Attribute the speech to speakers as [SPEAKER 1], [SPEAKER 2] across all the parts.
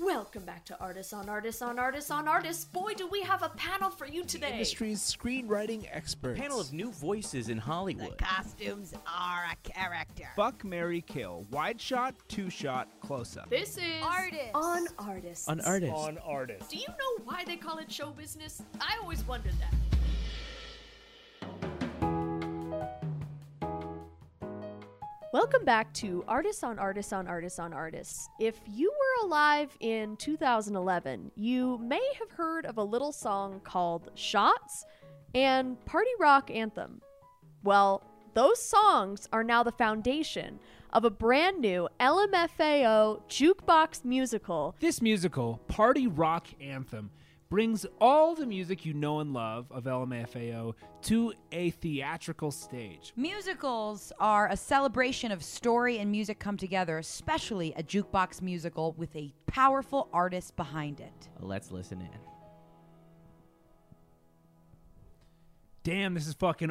[SPEAKER 1] Welcome back to Artists on Artists on Artists on Artists. Boy, do we have a panel for you today.
[SPEAKER 2] Industry's screenwriting experts.
[SPEAKER 3] panel of new voices in Hollywood.
[SPEAKER 4] Costumes are a character.
[SPEAKER 5] Fuck Mary Kill. Wide shot, two shot, close up.
[SPEAKER 1] This is
[SPEAKER 4] Artists.
[SPEAKER 1] on Artists.
[SPEAKER 3] An artist.
[SPEAKER 2] on artists.
[SPEAKER 1] Do you know why they call it show business? I always wondered that. Welcome back to Artists on Artists on Artists on Artists. If you were alive in 2011, you may have heard of a little song called Shots and Party Rock Anthem. Well, those songs are now the foundation of a brand new LMFAO jukebox musical
[SPEAKER 5] This musical, Party Rock Anthem, brings all the music you know and love of LMFAO to a theatrical stage.
[SPEAKER 4] Musicals are a celebration of story and music come together, especially a jukebox musical with a powerful artist behind it.
[SPEAKER 3] Let's listen in.
[SPEAKER 5] Damn, this is fucking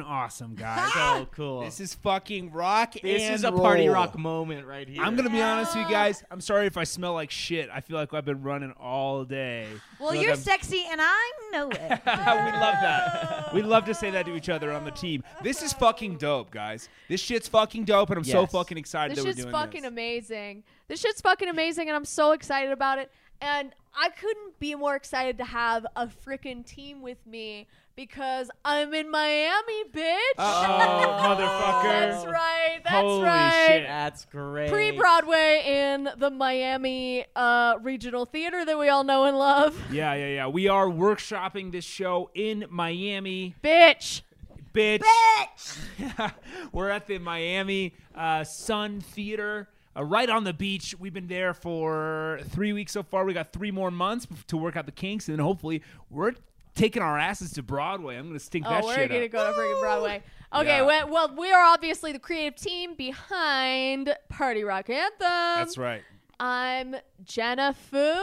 [SPEAKER 5] awesome, guys.
[SPEAKER 6] Oh,
[SPEAKER 3] So cool.
[SPEAKER 2] This is fucking rock
[SPEAKER 3] This
[SPEAKER 2] and
[SPEAKER 3] is a party
[SPEAKER 2] roll.
[SPEAKER 3] rock moment right here.
[SPEAKER 5] I'm gonna be honest with you guys. I'm sorry if I smell like shit. I feel like I've been running all day.
[SPEAKER 4] Well,
[SPEAKER 5] Feel like
[SPEAKER 4] you're
[SPEAKER 5] I'm-
[SPEAKER 4] sexy, and I know it.
[SPEAKER 5] we love that. We love to say that to each other on the team. This is fucking dope, guys. This shit's fucking dope, and I'm so
[SPEAKER 3] Yes.
[SPEAKER 5] fucking excited
[SPEAKER 1] This
[SPEAKER 5] that we're
[SPEAKER 1] shit's
[SPEAKER 5] doing
[SPEAKER 1] fucking
[SPEAKER 5] this.
[SPEAKER 1] amazing. This shit's fucking amazing, and I'm so excited about it. And I couldn't be more excited to have a freaking team with me because I'm in Miami, bitch.
[SPEAKER 5] oh,
[SPEAKER 1] that's right. That's
[SPEAKER 5] Holy
[SPEAKER 1] right.
[SPEAKER 5] shit.
[SPEAKER 3] That's great.
[SPEAKER 1] Pre Broadway in the Miami uh, Regional Theater that we all know and love.
[SPEAKER 5] Yeah, yeah, yeah. We are workshopping this show in Miami,
[SPEAKER 1] Bitch.
[SPEAKER 5] bitch. We're at the Miami uh, Sun Theater. Uh, right on the beach. We've been there for three weeks so far. We got three more months to work out the kinks, and then hopefully we're taking our asses to Broadway. I'm gonna stink that
[SPEAKER 1] oh, we're
[SPEAKER 5] shit
[SPEAKER 1] gonna
[SPEAKER 5] up.
[SPEAKER 1] go to freaking Broadway. Okay,
[SPEAKER 5] Yeah.
[SPEAKER 1] well, well, we are obviously the creative team behind Party Rock Anthem.
[SPEAKER 5] That's right.
[SPEAKER 1] I'm Jenna Fu.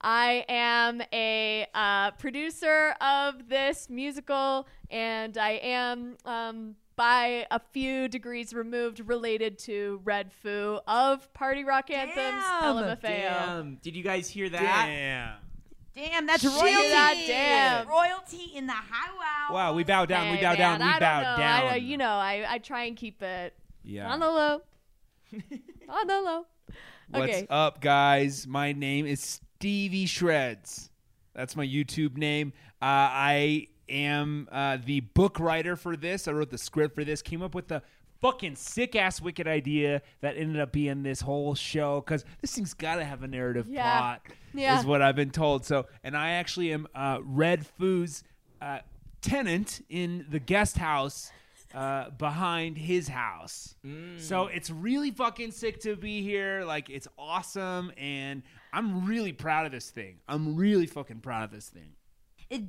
[SPEAKER 1] I am a uh, producer of this musical, and I am, um, by a few degrees removed, related to Red Fu of Party Rock Anthems
[SPEAKER 4] Damn,
[SPEAKER 1] LMFAO.
[SPEAKER 3] Damn. Did you guys hear that?
[SPEAKER 5] Damn.
[SPEAKER 4] Damn, that's
[SPEAKER 1] Shit.
[SPEAKER 4] royalty.
[SPEAKER 1] That damn.
[SPEAKER 4] Royalty in the highway.
[SPEAKER 5] Wow, we bow down. we
[SPEAKER 1] Hey,
[SPEAKER 5] bow
[SPEAKER 1] man,
[SPEAKER 5] down. We
[SPEAKER 1] I
[SPEAKER 5] bow
[SPEAKER 1] don't know.
[SPEAKER 5] down.
[SPEAKER 1] I, you know, I, I try and keep it
[SPEAKER 5] yeah.
[SPEAKER 1] on the low. on the low.
[SPEAKER 5] What's
[SPEAKER 1] Okay.
[SPEAKER 5] up, guys? My name is Stevie Shreds. That's my YouTube name. Uh, I am uh, the book writer for this. I wrote the script for this. Came up with the fucking sick ass wicked idea that ended up being this whole show because this thing's got to have a narrative
[SPEAKER 1] Yeah.
[SPEAKER 5] plot.
[SPEAKER 1] Yeah.
[SPEAKER 5] Is what I've been told. So, and I actually am uh, Red Foo's uh, tenant in the guest house uh, behind his house.
[SPEAKER 3] Mm.
[SPEAKER 5] So it's really fucking sick to be here. Like it's awesome, and I'm really proud of this thing. I'm really fucking proud of this thing.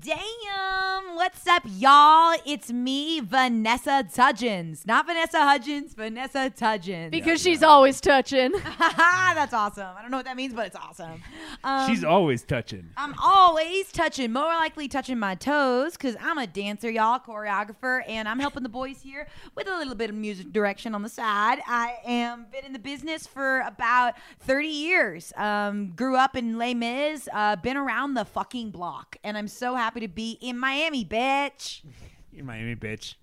[SPEAKER 4] Damn, what's up, y'all? It's me, Vanessa Tudgens. Not Vanessa Hudgens, Vanessa Tudgens.
[SPEAKER 1] Because she's always touching.
[SPEAKER 4] That's awesome. I don't know what that means, but it's awesome. Um,
[SPEAKER 5] She's always touching.
[SPEAKER 4] I'm always touching, more likely touching my toes, because I'm a dancer, y'all, choreographer, and I'm helping the boys here with a little bit of music direction on the side. I am been in the business for about 30 years. Um, grew up in Les Mis, uh, been around the fucking block, and I'm so happy to be in Miami, bitch.
[SPEAKER 5] You Miami bitch.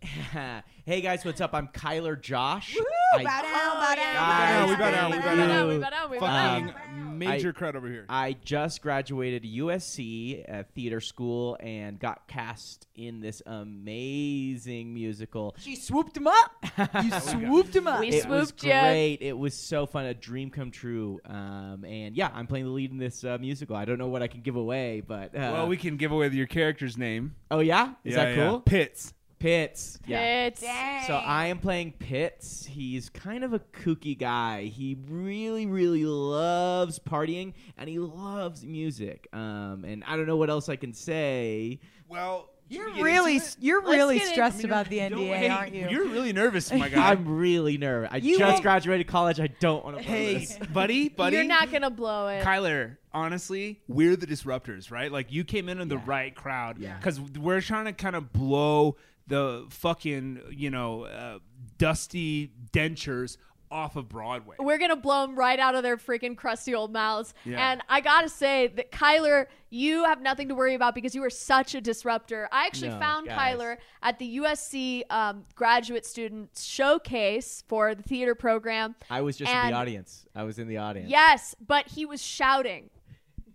[SPEAKER 3] hey guys, what's up? I'm Kyler Josh.
[SPEAKER 4] Woo,
[SPEAKER 1] Oh,
[SPEAKER 3] I-
[SPEAKER 4] bow down, bow down,
[SPEAKER 3] Guys,
[SPEAKER 4] bow
[SPEAKER 5] we bow down, we
[SPEAKER 4] bow
[SPEAKER 1] We
[SPEAKER 5] bow
[SPEAKER 1] bow
[SPEAKER 5] down.
[SPEAKER 1] down, we bow down, we bow down.
[SPEAKER 5] Fucking major crud over here.
[SPEAKER 3] Um, I just graduated USC uh, theater school and got cast in this amazing musical.
[SPEAKER 4] She swooped him up. You swooped him up.
[SPEAKER 1] We
[SPEAKER 3] it was
[SPEAKER 1] swooped ya.
[SPEAKER 3] great. It was so fun, a dream come true. Um, and yeah, I'm playing the lead in this uh, musical. I don't know what I can give away, but uh,
[SPEAKER 5] well, we can give away your character's name.
[SPEAKER 3] oh yeah, is
[SPEAKER 5] Yeah,
[SPEAKER 3] that
[SPEAKER 5] yeah.
[SPEAKER 3] cool?
[SPEAKER 5] Pitts.
[SPEAKER 3] Pitts. Yeah.
[SPEAKER 1] It's
[SPEAKER 4] Dang.
[SPEAKER 3] So I am playing Pitts. He's kind of a kooky guy. He really, really loves partying and he loves music. Um, and I don't know what else I can say.
[SPEAKER 5] Well,
[SPEAKER 4] You're really, you're really
[SPEAKER 1] get it.
[SPEAKER 4] stressed about the NDA, aren't you?
[SPEAKER 5] You're really nervous, my guy.
[SPEAKER 3] I'm really nervous. I
[SPEAKER 4] You
[SPEAKER 3] just
[SPEAKER 4] won't-
[SPEAKER 3] graduated college. I don't want to play
[SPEAKER 5] hey,
[SPEAKER 3] this.
[SPEAKER 5] buddy, buddy.
[SPEAKER 1] You're not gonna blow it.
[SPEAKER 5] Kyler, honestly, we're the disruptors, right? Like you came in in the right crowd
[SPEAKER 3] Yeah.
[SPEAKER 5] because we're trying to kind of blow the fucking you know uh, dusty dentures off of Broadway.
[SPEAKER 1] We're gonna blow them right out of their freaking crusty old mouths.
[SPEAKER 5] Yeah.
[SPEAKER 1] And I gotta say that Kyler, you have nothing to worry about because you are such a disruptor. I actually
[SPEAKER 6] No,
[SPEAKER 1] found
[SPEAKER 6] guys.
[SPEAKER 1] Kyler at the USC um, graduate student showcase for the theater program.
[SPEAKER 6] I was just in
[SPEAKER 1] And-
[SPEAKER 6] the audience. I was in the audience.
[SPEAKER 1] Yes, but he was shouting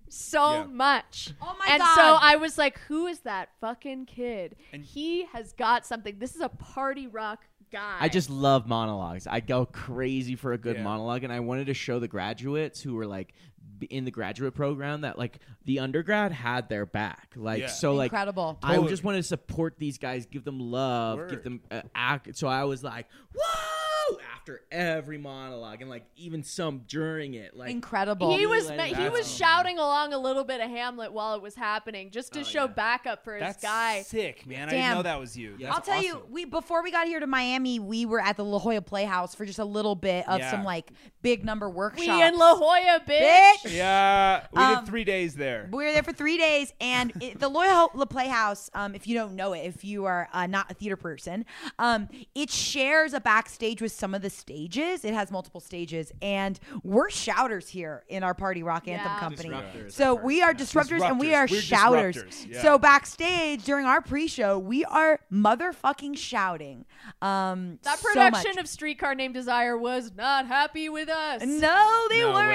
[SPEAKER 1] so
[SPEAKER 5] Yeah.
[SPEAKER 1] much.
[SPEAKER 4] Oh my
[SPEAKER 1] and
[SPEAKER 4] God.
[SPEAKER 1] so I was like, who is that fucking kid?
[SPEAKER 5] And-
[SPEAKER 1] he has got something. This is a party rock guy.
[SPEAKER 6] I just love monologues. I go crazy for a good
[SPEAKER 5] Yeah.
[SPEAKER 6] monologue, and I wanted to show the graduates who were like b- in the graduate program that like the undergrad had their back. Like
[SPEAKER 5] Yeah.
[SPEAKER 6] so, like
[SPEAKER 4] Incredible.
[SPEAKER 6] I
[SPEAKER 5] Totally.
[SPEAKER 6] just wanted to support these guys, give them love, give
[SPEAKER 5] Word.
[SPEAKER 6] them uh, act. So I was like, whoa! After every monologue, and like even some during it, like
[SPEAKER 4] Incredible.
[SPEAKER 1] he was
[SPEAKER 6] Really?
[SPEAKER 1] he was
[SPEAKER 5] That's-
[SPEAKER 1] shouting along a little bit of Hamlet while it was happening, just to
[SPEAKER 6] Oh,
[SPEAKER 1] show
[SPEAKER 6] yeah.
[SPEAKER 1] backup for his
[SPEAKER 5] That's
[SPEAKER 1] guy.
[SPEAKER 5] sick, man. I
[SPEAKER 4] Damn.
[SPEAKER 5] didn't know that was you.
[SPEAKER 6] Yeah.
[SPEAKER 5] That's
[SPEAKER 4] I'll tell you,
[SPEAKER 5] awesome.
[SPEAKER 4] we before we got here to Miami, we were at the La Jolla Playhouse for just a little bit of
[SPEAKER 5] Yeah.
[SPEAKER 4] some like big number workshops.
[SPEAKER 1] We in La Jolla, bitch.
[SPEAKER 4] Bitch.
[SPEAKER 5] Yeah, we
[SPEAKER 4] Um,
[SPEAKER 5] did three days there.
[SPEAKER 4] We were there for three days, and it, the Loyal La Playhouse, um, if you don't know it, if you are uh, not a theater person, um, it shares a backstage with some of the stages. It has multiple stages, and we're shouters here in our Party Rock Anthem
[SPEAKER 1] Yeah.
[SPEAKER 4] company.
[SPEAKER 6] Disruptors,
[SPEAKER 4] So
[SPEAKER 6] I've
[SPEAKER 4] we
[SPEAKER 6] heard.
[SPEAKER 4] are disruptors, and we
[SPEAKER 5] Disruptors.
[SPEAKER 4] are
[SPEAKER 5] We're
[SPEAKER 4] shouters.
[SPEAKER 5] disruptors, yeah.
[SPEAKER 4] So backstage during our pre-show, we are motherfucking shouting. Um,
[SPEAKER 1] That
[SPEAKER 4] so
[SPEAKER 1] production
[SPEAKER 4] much.
[SPEAKER 1] of Streetcar Named Desire was not happy with us.
[SPEAKER 4] no, they
[SPEAKER 5] no
[SPEAKER 4] weren't.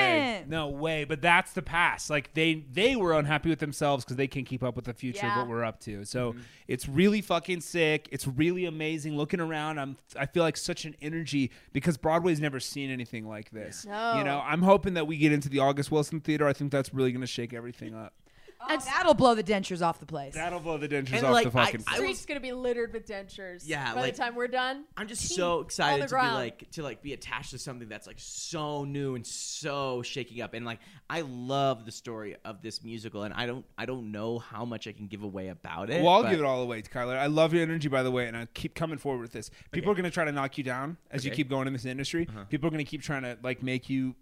[SPEAKER 5] Way. No way. But that's the past. Like they they were unhappy with themselves because they can't keep up with the future
[SPEAKER 1] Yeah.
[SPEAKER 5] of what we're up to. So it's really fucking sick. It's really amazing. Looking around, I'm I feel like such an energy because Broadway's never seen anything like this.
[SPEAKER 1] No.
[SPEAKER 5] You know, I'm hoping that we get into the August Wilson Theater. I think that's really gonna shake everything up.
[SPEAKER 4] Oh, that'll blow the dentures off the place.
[SPEAKER 5] That'll blow the dentures
[SPEAKER 6] And,
[SPEAKER 5] off
[SPEAKER 6] like,
[SPEAKER 5] the fucking.
[SPEAKER 6] I will-
[SPEAKER 1] Street's gonna be littered with dentures.
[SPEAKER 6] Yeah,
[SPEAKER 1] By
[SPEAKER 6] like-
[SPEAKER 1] the time we're done,
[SPEAKER 6] I'm just
[SPEAKER 1] Teeth
[SPEAKER 6] so
[SPEAKER 1] on the
[SPEAKER 6] excited to be
[SPEAKER 1] ground.
[SPEAKER 6] like to like be attached to something that's like so new and so shaking up and like I love the story of this musical and I don't I don't know how much I can give away about it.
[SPEAKER 5] Well, I'll
[SPEAKER 6] but-
[SPEAKER 5] give it all away, Kyler. I love your energy, by the way, and I keep coming forward with this. People are going to try to knock you down as you
[SPEAKER 6] Okay. Uh-huh.
[SPEAKER 5] keep going in this industry. People are going to keep trying to like make you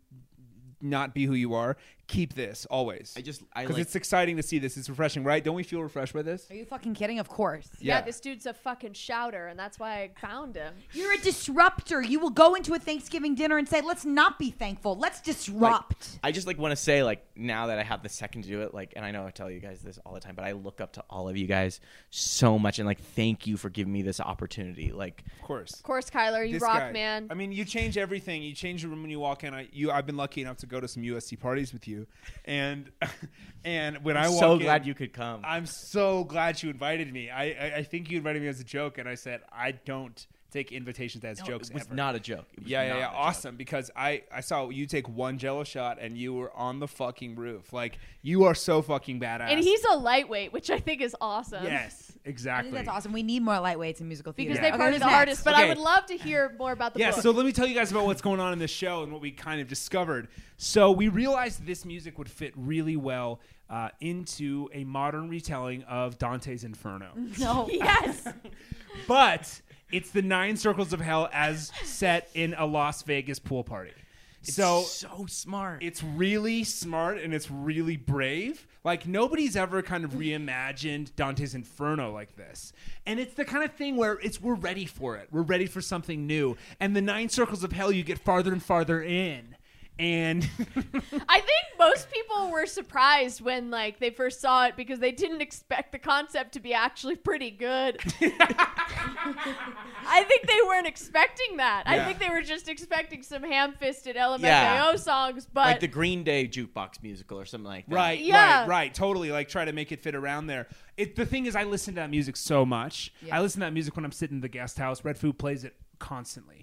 [SPEAKER 5] not be who you are. Keep this always.
[SPEAKER 6] I just I
[SPEAKER 5] because
[SPEAKER 6] like
[SPEAKER 5] it's exciting to see this. It's refreshing, right? Don't we feel refreshed by this?
[SPEAKER 4] Are you fucking kidding? Of course.
[SPEAKER 1] yeah.
[SPEAKER 5] Yeah.
[SPEAKER 1] this dude's a fucking shouter, and that's why I found him.
[SPEAKER 4] You're a disruptor. You will go into a Thanksgiving dinner and say, "Let's not be thankful. Let's disrupt."
[SPEAKER 6] I just like want to say like now that I have the second to do it like and I know I tell you guys this all the time but I look up to all of you guys so much and like thank you for giving me this opportunity like
[SPEAKER 5] Of course.
[SPEAKER 1] Of course, Kyler, you
[SPEAKER 5] This
[SPEAKER 1] rock,
[SPEAKER 5] guy.
[SPEAKER 1] man.
[SPEAKER 5] I mean, you change everything. You change the room when you walk in. I, you, I've been lucky enough to go to some USC parties with you, and and when I
[SPEAKER 6] I'm
[SPEAKER 5] walk
[SPEAKER 6] so
[SPEAKER 5] in-
[SPEAKER 6] glad you could come.
[SPEAKER 5] I'm so glad you invited me. I, I, I think you invited me as a joke, and I said I don't take invitations as
[SPEAKER 6] No,
[SPEAKER 5] jokes.
[SPEAKER 6] it was
[SPEAKER 5] ever.
[SPEAKER 6] not a joke. It was
[SPEAKER 5] yeah, yeah,
[SPEAKER 6] not
[SPEAKER 5] yeah.
[SPEAKER 6] a joke.
[SPEAKER 5] Awesome, because I, I saw you take one Jello shot, and you were on the fucking roof. Like you are so fucking badass.
[SPEAKER 1] and he's a lightweight, which I think is awesome.
[SPEAKER 5] yes,
[SPEAKER 4] I
[SPEAKER 5] exactly.
[SPEAKER 4] think that's awesome. We need more lightweights in musical theater
[SPEAKER 1] Because they
[SPEAKER 5] Yeah. Okay,
[SPEAKER 1] party
[SPEAKER 4] who's
[SPEAKER 1] the
[SPEAKER 4] next?
[SPEAKER 1] hardest. But I
[SPEAKER 5] Okay.
[SPEAKER 1] would love to hear more about the
[SPEAKER 5] Yeah,
[SPEAKER 1] book.
[SPEAKER 5] so let me tell you guys about what's going on in this show and what we kind of discovered. So we realized this music would fit really well uh, into a modern retelling of Dante's Inferno.
[SPEAKER 4] No.
[SPEAKER 1] yes.
[SPEAKER 5] but it's the nine circles of hell as set in a Las Vegas pool party.
[SPEAKER 6] It's
[SPEAKER 5] so
[SPEAKER 6] so smart.
[SPEAKER 5] it's really smart and it's really brave. Like nobody's ever kind of reimagined Dante's Inferno like this. And it's the kind of thing where it's we're ready for it. We're ready for something new. And the nine circles of hell you get farther and farther in. And
[SPEAKER 1] I think most people were surprised when like they first saw it because they didn't expect the concept to be actually pretty good. I think they weren't expecting that. I
[SPEAKER 5] Yeah.
[SPEAKER 1] think they were just expecting some ham-fisted LMFAO
[SPEAKER 6] Yeah.
[SPEAKER 1] songs,
[SPEAKER 6] like
[SPEAKER 1] but
[SPEAKER 6] the Green Day jukebox musical or something like that.
[SPEAKER 5] Right,
[SPEAKER 1] Yeah.
[SPEAKER 5] right, right. Totally. Like try to make it fit around there. It, the thing is, I listen to that music so much.
[SPEAKER 4] Yeah.
[SPEAKER 5] I listen to that music when I'm sitting in the guest house. Red Food plays it constantly,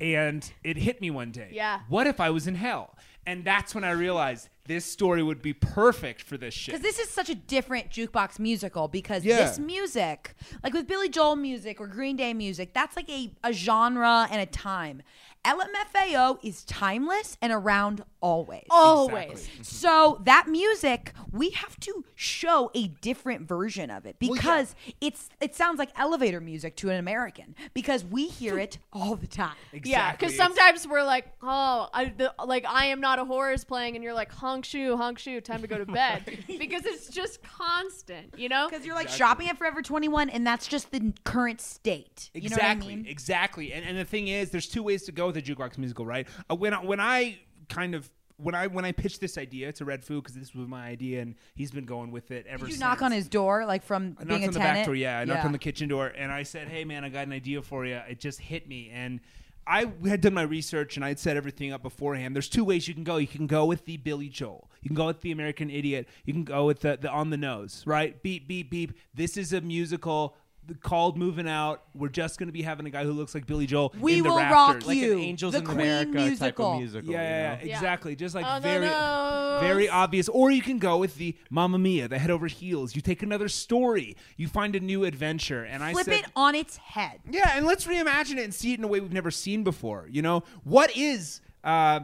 [SPEAKER 5] and it hit me one day.
[SPEAKER 1] Yeah.
[SPEAKER 5] What if I was in hell? And that's when I realized this story would be perfect for this shit.
[SPEAKER 4] Because this is such a different jukebox musical because
[SPEAKER 5] Yeah.
[SPEAKER 4] this music, like with Billy Joel music or Green Day music, that's like a, a genre and a time. LMFAO is timeless and around always.
[SPEAKER 1] always.
[SPEAKER 4] So that music, we have to show a different version of it because it's it sounds like elevator music to an American because we hear it all the time.
[SPEAKER 1] Yeah,
[SPEAKER 5] Exactly.
[SPEAKER 1] because sometimes we're like, oh, I, the, like I am not a horror is playing, and you're like, honk shoe, honk shoe, time to go to bed, because it's just constant, you know.
[SPEAKER 4] Because you're like shopping at Forever 21, and that's just the n- current state. You know what I
[SPEAKER 5] Exactly,
[SPEAKER 4] mean?
[SPEAKER 5] exactly. And and the thing is, there's two ways to go with a jukebox musical, right? Uh, when I, when I kind of when I when I pitched this idea to Red Foo because this was my idea and he's been going with it ever.
[SPEAKER 4] Did you
[SPEAKER 5] since.
[SPEAKER 4] knock on his door, like from
[SPEAKER 5] I knocked
[SPEAKER 4] being a
[SPEAKER 5] on the
[SPEAKER 4] tenant?
[SPEAKER 5] back door, yeah. I knocked on the kitchen door and I said, "Hey, man, I got an idea for you." It just hit me, and I had done my research and I had set everything up beforehand. There's two ways you can go. You can go with the Billy Joel. You can go with the American Idiot. You can go with the, the on the nose, right? Beep beep beep. This is a musical called Moving Out. We're just going to be having a guy who looks like Billy Joel.
[SPEAKER 4] We
[SPEAKER 5] in the
[SPEAKER 4] will
[SPEAKER 5] rafters.
[SPEAKER 4] rock
[SPEAKER 5] Like,
[SPEAKER 3] Like
[SPEAKER 4] You,
[SPEAKER 3] an Angels
[SPEAKER 4] the
[SPEAKER 3] in
[SPEAKER 4] Queen
[SPEAKER 3] America type
[SPEAKER 4] musical.
[SPEAKER 3] of musical.
[SPEAKER 5] yeah, yeah,
[SPEAKER 3] you know?
[SPEAKER 5] yeah,
[SPEAKER 1] Yeah.
[SPEAKER 5] exactly. Just like
[SPEAKER 1] On the
[SPEAKER 5] very,
[SPEAKER 1] nose.
[SPEAKER 5] very obvious. Or you can go with the Mamma Mia, the head over heels. You take another story, you find a new adventure, and I
[SPEAKER 4] Flip
[SPEAKER 5] said,
[SPEAKER 4] it on its head.
[SPEAKER 5] yeah, and let's reimagine it and see it in a way we've never seen before. You know, what is uh,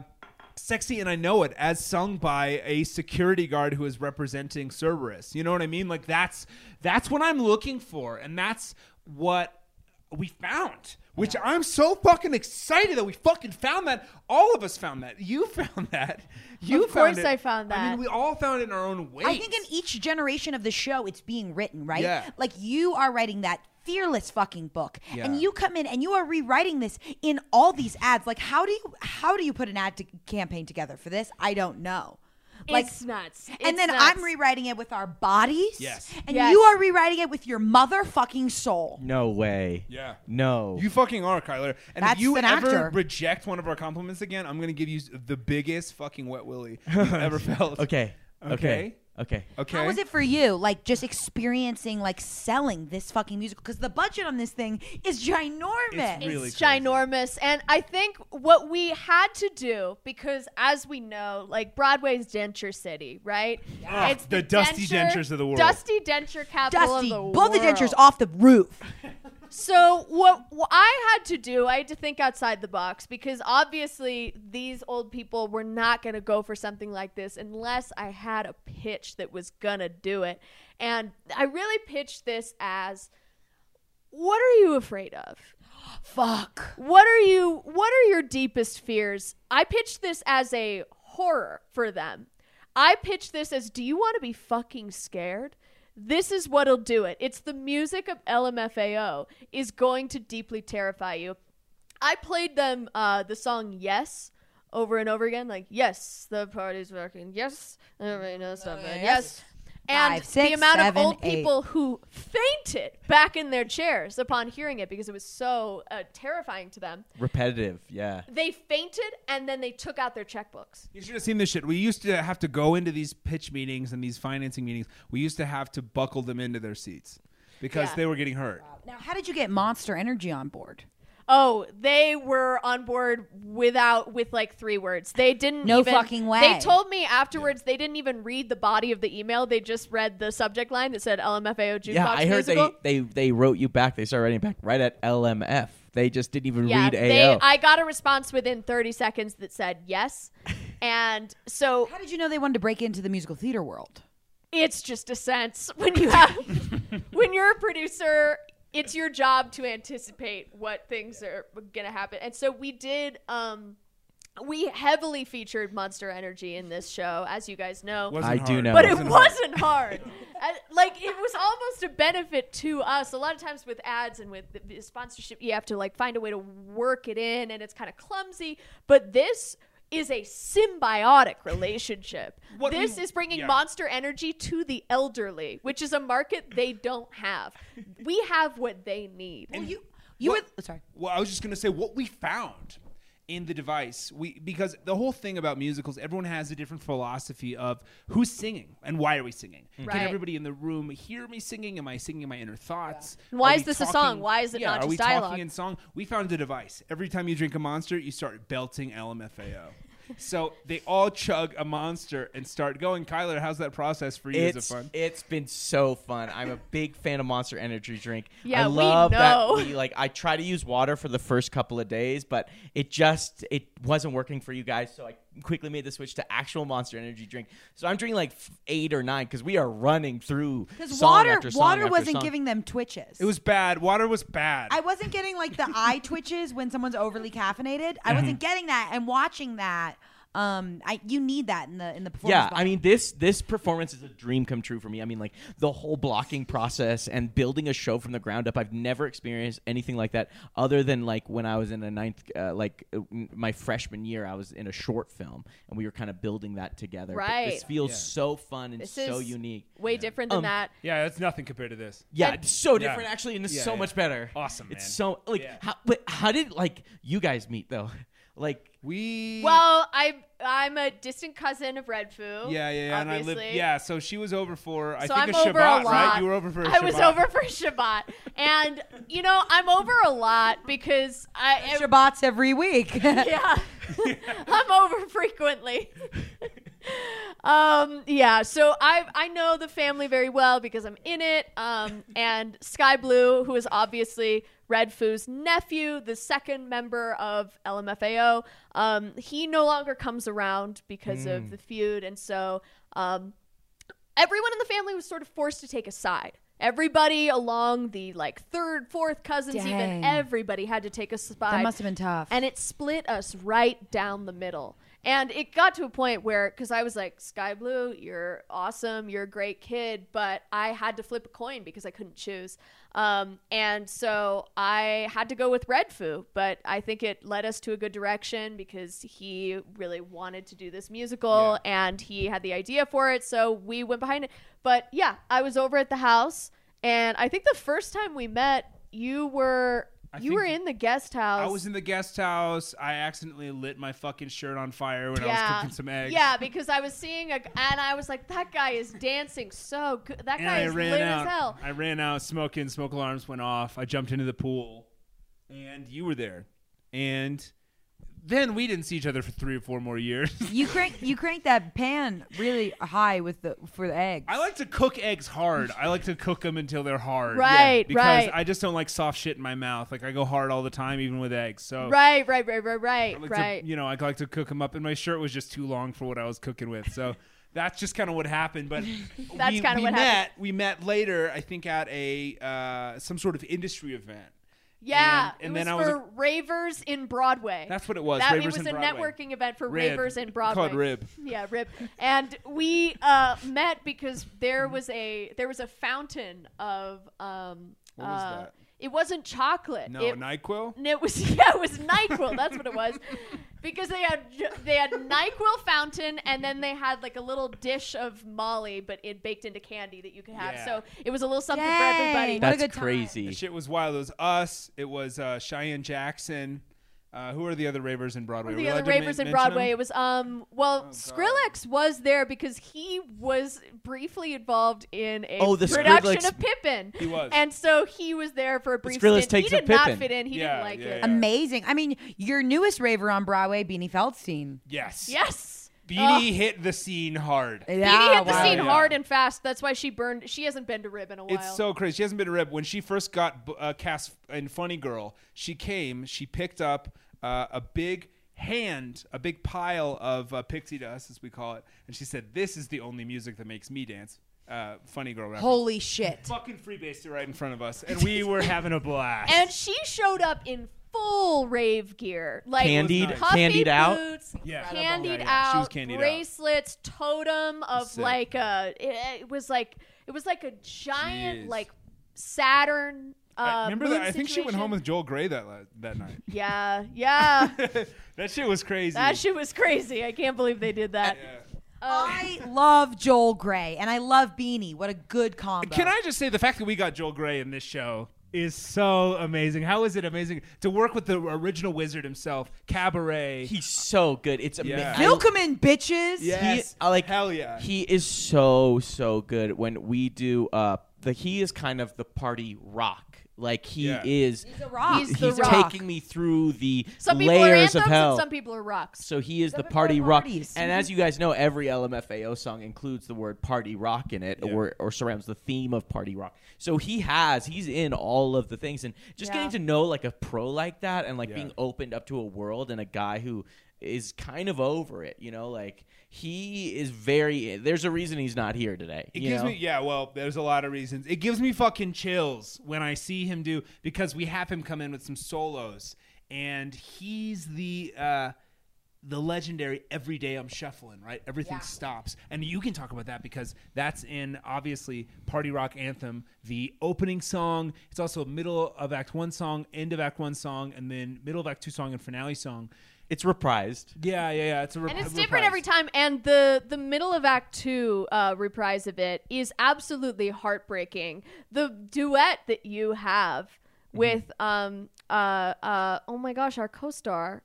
[SPEAKER 5] sexy and I know it as sung by a security guard who is representing Cerberus. You know what I mean? Like that's that's what I'm looking for, and that's what we found. Which I'm so fucking excited that we fucking found that. All of us found that. You found that. You
[SPEAKER 1] Of
[SPEAKER 5] found
[SPEAKER 1] course
[SPEAKER 5] it.
[SPEAKER 1] I found
[SPEAKER 5] I
[SPEAKER 1] that.
[SPEAKER 5] mean, we all found it in our own ways.
[SPEAKER 4] I think in each generation of the show, it's being written, right?
[SPEAKER 5] Yeah.
[SPEAKER 4] Like you are writing that fearless fucking book,
[SPEAKER 5] Yeah.
[SPEAKER 4] and you come in and you are rewriting this in all these ads. Like, how do you how do you put an ad to campaign together for this? I don't know. Like.
[SPEAKER 1] it's nuts. It's
[SPEAKER 4] and then
[SPEAKER 1] nuts.
[SPEAKER 4] I'm rewriting it with our bodies.
[SPEAKER 5] Yes.
[SPEAKER 4] And
[SPEAKER 1] Yes.
[SPEAKER 4] you are rewriting it with your motherfucking soul.
[SPEAKER 3] No way.
[SPEAKER 5] Yeah.
[SPEAKER 3] No.
[SPEAKER 5] You fucking are, Kyler. And
[SPEAKER 4] That's
[SPEAKER 5] if you
[SPEAKER 4] an
[SPEAKER 5] ever
[SPEAKER 4] actor.
[SPEAKER 5] reject one of our compliments again, I'm gonna give you the biggest fucking wet willy you've ever felt.
[SPEAKER 3] okay.
[SPEAKER 5] Okay.
[SPEAKER 3] Okay. Okay.
[SPEAKER 5] Okay.
[SPEAKER 4] How was it for you? Like just experiencing, like selling this fucking musical because the budget on this thing is ginormous.
[SPEAKER 5] It's really
[SPEAKER 1] it's
[SPEAKER 5] crazy.
[SPEAKER 1] ginormous and i think what we had to do because as we know like broadway's denture city right
[SPEAKER 5] Ugh, Ah, the dusty dentures of the world.
[SPEAKER 1] dusty denture capital
[SPEAKER 4] Dusty,
[SPEAKER 1] of the
[SPEAKER 4] blow the dentures
[SPEAKER 1] world.
[SPEAKER 4] off the roof.
[SPEAKER 1] So what, what I had to do, I had to think outside the box because obviously these old people were not going to go for something like this unless I had a pitch that was going to do it. And I really pitched this as what are you afraid of?
[SPEAKER 4] Fuck.
[SPEAKER 1] What are you what are your deepest fears? I pitched this as a horror for them. I pitched this as do you want to be fucking scared? This is what'll do it. It's the music of LMFAO is going to deeply terrify you. I played them uh, the song Yes over and over again, like yes, the party's rocking, yes, everybody knows something, yes. And
[SPEAKER 4] Five, six,
[SPEAKER 1] the amount
[SPEAKER 4] seven,
[SPEAKER 1] of old
[SPEAKER 4] eight.
[SPEAKER 1] people who fainted back in their chairs upon hearing it because it was so uh, terrifying to them.
[SPEAKER 3] Repetitive. Yeah.
[SPEAKER 1] They fainted and then they took out their checkbooks.
[SPEAKER 5] You should have seen this shit. We used to have to go into these pitch meetings and these financing meetings. We used to have to buckle them into their seats because
[SPEAKER 1] Yeah.
[SPEAKER 5] they were getting hurt.
[SPEAKER 4] Now, how did you get Monster Energy on board?
[SPEAKER 1] Oh, they were on board without with like three words. They didn't
[SPEAKER 4] No
[SPEAKER 1] even-
[SPEAKER 4] fucking way.
[SPEAKER 1] They told me afterwards they didn't even read the body of the email. They just read the subject line that said LMFAO jukebox
[SPEAKER 3] Yeah, I heard
[SPEAKER 1] musical.
[SPEAKER 3] they, they they wrote you back. They started writing back right at LMF. They just didn't even
[SPEAKER 1] yeah,
[SPEAKER 3] read
[SPEAKER 1] they,
[SPEAKER 3] AO.
[SPEAKER 1] I got a response within 30 seconds that said yes. And so
[SPEAKER 4] How did you know they wanted to break into the musical theater world?
[SPEAKER 1] it's just a sense when you have when you're a producer it's your job to anticipate what things are going to happen and so we did um we heavily featured monster energy in this show as you guys know
[SPEAKER 5] Wasn't
[SPEAKER 3] I
[SPEAKER 5] hard.
[SPEAKER 3] do know.
[SPEAKER 1] but it
[SPEAKER 5] Wasn't hard.
[SPEAKER 1] wasn't hard. Uh, like it was almost a benefit to us. A lot of times with ads and with the- the sponsorship, you have to like find a way to work it in, and it's kind of clumsy. But this is a symbiotic relationship.
[SPEAKER 5] What
[SPEAKER 1] this
[SPEAKER 5] we-
[SPEAKER 1] is bringing
[SPEAKER 5] yeah.
[SPEAKER 1] Monster Energy to the elderly, which is a market they don't have. we have what they need.
[SPEAKER 5] And
[SPEAKER 4] You, you
[SPEAKER 5] what-
[SPEAKER 4] were oh, sorry.
[SPEAKER 5] Well, I was just gonna say what we found in the device. We because the whole thing about musicals, everyone has a different philosophy of who's singing and why are we singing.
[SPEAKER 1] Right.
[SPEAKER 5] Can everybody in the room hear me singing? Am I singing my inner thoughts?
[SPEAKER 1] And why
[SPEAKER 5] Are
[SPEAKER 1] is
[SPEAKER 5] we
[SPEAKER 1] this a song? Why is it
[SPEAKER 5] yeah,
[SPEAKER 1] not
[SPEAKER 5] Are we
[SPEAKER 1] just dialogue?
[SPEAKER 5] talking in song? We found a device. Every time you drink a monster, you start belting LMFAO. so they all chug a monster and start going. Kyler, how's that process for you?
[SPEAKER 3] it's
[SPEAKER 5] is it fun?
[SPEAKER 3] it's been so fun. I'm a big fan of Monster Energy drink.
[SPEAKER 1] Yeah,
[SPEAKER 3] I
[SPEAKER 1] we
[SPEAKER 3] love
[SPEAKER 1] know.
[SPEAKER 3] that we like I try to use water for the first couple of days, but it just it wasn't working for you guys, so I
[SPEAKER 6] quickly made the switch to actual Monster Energy drink. So I'm drinking like f- eight or nine because we are running through.
[SPEAKER 4] Because
[SPEAKER 6] song
[SPEAKER 4] water,
[SPEAKER 6] after song
[SPEAKER 4] water
[SPEAKER 6] after
[SPEAKER 4] wasn't
[SPEAKER 6] song.
[SPEAKER 4] giving them twitches.
[SPEAKER 5] It was bad. Water was bad.
[SPEAKER 4] I wasn't getting like the eye twitches when someone's overly caffeinated. I
[SPEAKER 6] Mm-hmm.
[SPEAKER 4] wasn't getting that. And watching that, um, I you need that in the in the performance.
[SPEAKER 6] Yeah, I
[SPEAKER 4] bond.
[SPEAKER 6] mean this this performance is a dream come true for me. I mean like the whole blocking process and building a show from the ground up. I've never experienced anything like that other than like when I was in a ninth uh, like uh, m- my freshman year. I was in a short film and we were kind of building that together. But this
[SPEAKER 1] Right.
[SPEAKER 6] feels so fun and
[SPEAKER 1] This
[SPEAKER 6] so
[SPEAKER 1] is-
[SPEAKER 6] unique.
[SPEAKER 1] Way different than
[SPEAKER 6] Um,
[SPEAKER 1] that.
[SPEAKER 5] yeah, that's nothing compared to this.
[SPEAKER 6] Yeah,
[SPEAKER 1] And-
[SPEAKER 6] it's so
[SPEAKER 5] Yeah.
[SPEAKER 6] different actually, and it's
[SPEAKER 5] Yeah,
[SPEAKER 6] so
[SPEAKER 5] yeah.
[SPEAKER 6] much better.
[SPEAKER 5] Awesome, man.
[SPEAKER 6] It's so like
[SPEAKER 5] Yeah.
[SPEAKER 6] how but how did like you guys meet though? Like
[SPEAKER 5] we
[SPEAKER 1] Well, I I'm a distant cousin of Red Foo.
[SPEAKER 5] yeah, yeah, yeah, and I lived.
[SPEAKER 1] obviously.
[SPEAKER 5] Yeah, so she was over for I
[SPEAKER 1] so I'm
[SPEAKER 5] think a
[SPEAKER 1] over
[SPEAKER 5] Shabbat,
[SPEAKER 1] a lot.
[SPEAKER 5] right? You were over for. a
[SPEAKER 1] I was
[SPEAKER 5] Shabbat.
[SPEAKER 1] over for Shabbat, and you know I'm over a lot because I
[SPEAKER 4] Shabbats every week.
[SPEAKER 1] yeah, I'm over frequently. um, yeah, so I I know the family very well because I'm in it. Um, and Sky Blue, who is obviously Red Foo's nephew, the second member of LMFAO, um, he no longer comes around because
[SPEAKER 4] Hmm.
[SPEAKER 1] of the feud, and so um, everyone in the family was sort of forced to take a side. Everybody along the like third, fourth cousins, even
[SPEAKER 4] Dang.
[SPEAKER 1] everybody had to take a side.
[SPEAKER 4] that must have been tough.
[SPEAKER 1] And it split us right down the middle. And it got to a point where, because I was like, Sky Blue, you're awesome, you're a great kid, but I had to flip a coin because I couldn't choose. Um, and so I had to go with Red Foo, but I think it led us to a good direction because he really wanted to do this musical and he had the idea for it. So we went behind it. But yeah, I was over at the house. And I think the first time we met, you were.
[SPEAKER 5] I
[SPEAKER 1] you were
[SPEAKER 5] think-
[SPEAKER 1] in the guest house.
[SPEAKER 5] I was in the guest house. I accidentally lit my fucking shirt on fire when I was cooking some eggs.
[SPEAKER 1] Yeah, because I was seeing a, and I was like, that guy is dancing so good. That
[SPEAKER 5] and
[SPEAKER 1] guy
[SPEAKER 5] I
[SPEAKER 1] is
[SPEAKER 5] ran
[SPEAKER 1] lit
[SPEAKER 5] out.
[SPEAKER 1] as hell.
[SPEAKER 5] I ran out smoking. Smoke alarms went off. I jumped into the pool, and you were there. And then we didn't see each other for three or four more years.
[SPEAKER 4] you crank you crank that pan really high with the for the eggs.
[SPEAKER 5] I like to cook eggs hard. I like to cook them until they're hard.
[SPEAKER 1] Right,
[SPEAKER 5] Because
[SPEAKER 1] right.
[SPEAKER 5] I just don't like soft shit in my mouth. Like I go hard all the time, even with eggs. So
[SPEAKER 1] Right, right, right, right,
[SPEAKER 5] Oh. I
[SPEAKER 1] right,
[SPEAKER 5] like
[SPEAKER 1] right.
[SPEAKER 5] To, you know, I like to cook them up, and my shirt was just too long for what I was cooking with. So that's just kind of what happened. But
[SPEAKER 1] That's
[SPEAKER 5] we,
[SPEAKER 1] kinda
[SPEAKER 5] we
[SPEAKER 1] what
[SPEAKER 5] met.
[SPEAKER 1] happened.
[SPEAKER 5] We met later, I think, at a uh, some sort of industry event.
[SPEAKER 1] yeah,
[SPEAKER 5] and- and
[SPEAKER 1] it was
[SPEAKER 5] then I was
[SPEAKER 1] for ravers in Broadway.
[SPEAKER 5] That's what it was.
[SPEAKER 1] that,
[SPEAKER 5] Ravers
[SPEAKER 1] it was
[SPEAKER 5] in
[SPEAKER 1] a
[SPEAKER 5] Broadway.
[SPEAKER 1] networking event for
[SPEAKER 5] Rib.
[SPEAKER 1] ravers in
[SPEAKER 5] It's
[SPEAKER 1] Broadway.
[SPEAKER 5] called Rib.
[SPEAKER 1] Yeah, rib. And we uh, met because there
[SPEAKER 5] Mm-hmm.
[SPEAKER 1] was a there was a fountain of um.
[SPEAKER 5] What was
[SPEAKER 1] uh,
[SPEAKER 5] that?
[SPEAKER 1] It wasn't chocolate.
[SPEAKER 5] No,
[SPEAKER 1] it,
[SPEAKER 5] Nyquil.
[SPEAKER 1] And it was yeah, it was Nyquil. That's what it was, because they had they had Nyquil fountain, and then they had like a little dish of Molly, but it baked into candy that you could have.
[SPEAKER 5] Yeah.
[SPEAKER 1] So it was a little something for
[SPEAKER 4] Dang.
[SPEAKER 1] everybody.
[SPEAKER 4] What
[SPEAKER 6] that's
[SPEAKER 4] a good time.
[SPEAKER 5] That
[SPEAKER 6] crazy.
[SPEAKER 5] shit was wild. It was us. It was uh, Cheyenne Jackson. Uh, who are the other ravers in
[SPEAKER 1] One
[SPEAKER 5] Broadway?
[SPEAKER 1] of
[SPEAKER 5] Are
[SPEAKER 1] the
[SPEAKER 5] we
[SPEAKER 1] other
[SPEAKER 5] allowed to men-
[SPEAKER 1] ravers
[SPEAKER 5] mention
[SPEAKER 1] in Broadway.
[SPEAKER 5] them?
[SPEAKER 1] It was um
[SPEAKER 5] Oh,
[SPEAKER 1] well Skrillex was there because he was briefly involved in a
[SPEAKER 6] Oh, the
[SPEAKER 1] production
[SPEAKER 6] Skrillex-
[SPEAKER 1] of Pippin.
[SPEAKER 5] He was.
[SPEAKER 1] And so he was there for a brief
[SPEAKER 6] Skrillex
[SPEAKER 1] stint.
[SPEAKER 6] takes
[SPEAKER 1] he
[SPEAKER 6] a
[SPEAKER 1] did not
[SPEAKER 6] Pippin.
[SPEAKER 1] fit in. He
[SPEAKER 5] Yeah,
[SPEAKER 1] didn't like
[SPEAKER 5] yeah,
[SPEAKER 1] it.
[SPEAKER 5] yeah.
[SPEAKER 4] Amazing. I mean, your newest raver on Broadway, Beanie Feldstein.
[SPEAKER 5] Yes.
[SPEAKER 1] Yes.
[SPEAKER 5] Beanie
[SPEAKER 1] Oh.
[SPEAKER 5] hit the scene hard.
[SPEAKER 1] Beanie hit the
[SPEAKER 5] wow.
[SPEAKER 1] scene
[SPEAKER 5] Yeah.
[SPEAKER 1] hard and fast. That's why she burned. She hasn't been to Rib in a while.
[SPEAKER 5] It's so crazy. She hasn't been a rib. When she first got bu- uh, cast in Funny Girl, she came. She picked up uh, a big hand, a big pile of uh, pixie dust, as we call it, and she said, "This is the only music that makes me dance." Uh, funny Girl reference.
[SPEAKER 4] Holy shit.
[SPEAKER 5] fucking freebased it right in front of us, and we were having a blast.
[SPEAKER 1] and she showed up in full rave gear, like
[SPEAKER 6] Candied-
[SPEAKER 1] with puffy
[SPEAKER 6] candied out?
[SPEAKER 1] boots,
[SPEAKER 5] Yeah.
[SPEAKER 1] candied
[SPEAKER 5] Yeah, yeah. She was
[SPEAKER 1] out,
[SPEAKER 5] candied out.
[SPEAKER 1] bracelets, totem of
[SPEAKER 5] Sick.
[SPEAKER 1] like a. It, it was like it was like a giant
[SPEAKER 5] Jeez.
[SPEAKER 1] like Saturn. Uh,
[SPEAKER 5] I remember
[SPEAKER 1] moon
[SPEAKER 5] that? I think she went
[SPEAKER 1] situation.
[SPEAKER 5] home with Joel Gray that la- that night.
[SPEAKER 1] Yeah, yeah.
[SPEAKER 5] that shit was crazy.
[SPEAKER 1] that shit was crazy. I can't believe they did that. Um,
[SPEAKER 4] I love Joel Gray and I love Beanie. What a good combo.
[SPEAKER 5] Can I just say the fact that we got Joel Gray in this show is so amazing. How is it amazing to work with the original wizard himself, Cabaret?
[SPEAKER 6] He's so good. It's
[SPEAKER 5] Yeah.
[SPEAKER 6] amazing.
[SPEAKER 4] milk him in, bitches?
[SPEAKER 5] Yes.
[SPEAKER 6] He, I like
[SPEAKER 5] Hell yeah.
[SPEAKER 6] He is so so good when we do uh the he is kind of the party rock. Like he
[SPEAKER 5] Yeah.
[SPEAKER 6] is
[SPEAKER 4] He's a rock.
[SPEAKER 1] He's
[SPEAKER 6] he's
[SPEAKER 1] the rock.
[SPEAKER 6] taking me through the
[SPEAKER 1] some people are
[SPEAKER 6] layers
[SPEAKER 1] anthems
[SPEAKER 6] of hell.
[SPEAKER 1] and some people are rocks.
[SPEAKER 6] so he is
[SPEAKER 4] Some
[SPEAKER 6] the
[SPEAKER 4] people are
[SPEAKER 6] party rock.
[SPEAKER 4] parties.
[SPEAKER 6] And as you guys know, every LMFAO song includes the word party rock in it
[SPEAKER 5] Yeah.
[SPEAKER 6] or, or surrounds the theme of party rock. So he has, he's in all of the things. And just
[SPEAKER 1] Yeah.
[SPEAKER 6] getting to know like a pro like that and like
[SPEAKER 5] Yeah.
[SPEAKER 6] being opened up to a world and a guy who is kind of over it. You know, like he is very. There's a reason he's not here today.
[SPEAKER 5] It
[SPEAKER 6] you
[SPEAKER 5] gives
[SPEAKER 6] know?
[SPEAKER 5] me yeah, well, there's a lot of reasons. It gives me fucking chills when I see him do because we have him come in with some solos and he's the uh the legendary every day I'm shuffling, right? Everything stops. And you can talk about that because that's in obviously Party Rock Anthem, the opening song. It's also middle of act 1 song, end of act 1 song, and then middle of act 2 song and finale song.
[SPEAKER 6] It's reprised.
[SPEAKER 5] Yeah, yeah, yeah, it's a
[SPEAKER 1] and it's different every time. And the the middle of Act Two uh, reprise of it is absolutely heartbreaking. The duet that you have with um uh uh oh my gosh, our co-star,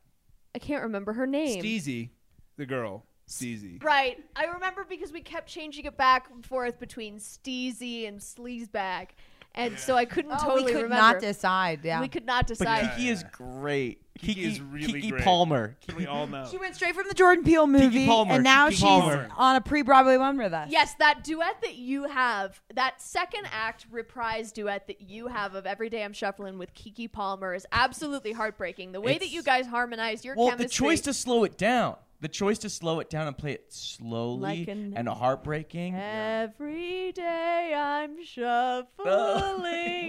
[SPEAKER 1] I can't remember her name.
[SPEAKER 5] Steezy, the girl. Steezy.
[SPEAKER 1] Right, I remember because we kept changing it back and forth between Steezy and Sleazebag, and so I couldn't
[SPEAKER 4] Oh,
[SPEAKER 1] totally
[SPEAKER 4] we could
[SPEAKER 1] remember.
[SPEAKER 4] not decide. Yeah.
[SPEAKER 1] We could not decide.
[SPEAKER 6] Kiki is great.
[SPEAKER 5] Kiki
[SPEAKER 6] Kiki,
[SPEAKER 5] is really
[SPEAKER 6] Kiki
[SPEAKER 5] great.
[SPEAKER 6] Palmer.
[SPEAKER 5] We all know.
[SPEAKER 4] she went straight from the Jordan Peele movie,
[SPEAKER 6] Palmer,
[SPEAKER 4] and now
[SPEAKER 6] Kiki
[SPEAKER 4] she's
[SPEAKER 6] Palmer.
[SPEAKER 4] on a pre-Broadway one with us.
[SPEAKER 1] Yes, that duet that you have, that second act reprise duet that you have of Every Day I'm Shuffling with Kiki Palmer is absolutely heartbreaking. The way that
[SPEAKER 6] It's-
[SPEAKER 1] you guys harmonize your
[SPEAKER 6] Well,
[SPEAKER 1] chemistry.
[SPEAKER 6] the choice to slow it down. The choice to slow it down and play it slowly
[SPEAKER 1] Like an-
[SPEAKER 6] and heartbreaking.
[SPEAKER 1] Every day I'm shuffling.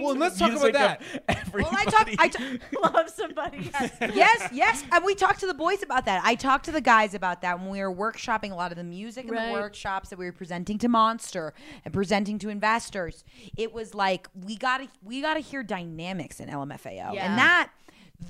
[SPEAKER 5] Well, let's talk
[SPEAKER 6] Music
[SPEAKER 5] about that.
[SPEAKER 6] of Everybody.
[SPEAKER 4] Well, I talked. I t-
[SPEAKER 1] love somebody else.
[SPEAKER 4] yes, yes, and we talked to the boys about that. I talked to the guys about that when we were workshopping a lot of the music and
[SPEAKER 1] Right.
[SPEAKER 4] the workshops that we were presenting to Monster and presenting to investors. It was like we gotta we gotta hear dynamics in LMFAO,
[SPEAKER 1] Yeah.
[SPEAKER 4] and that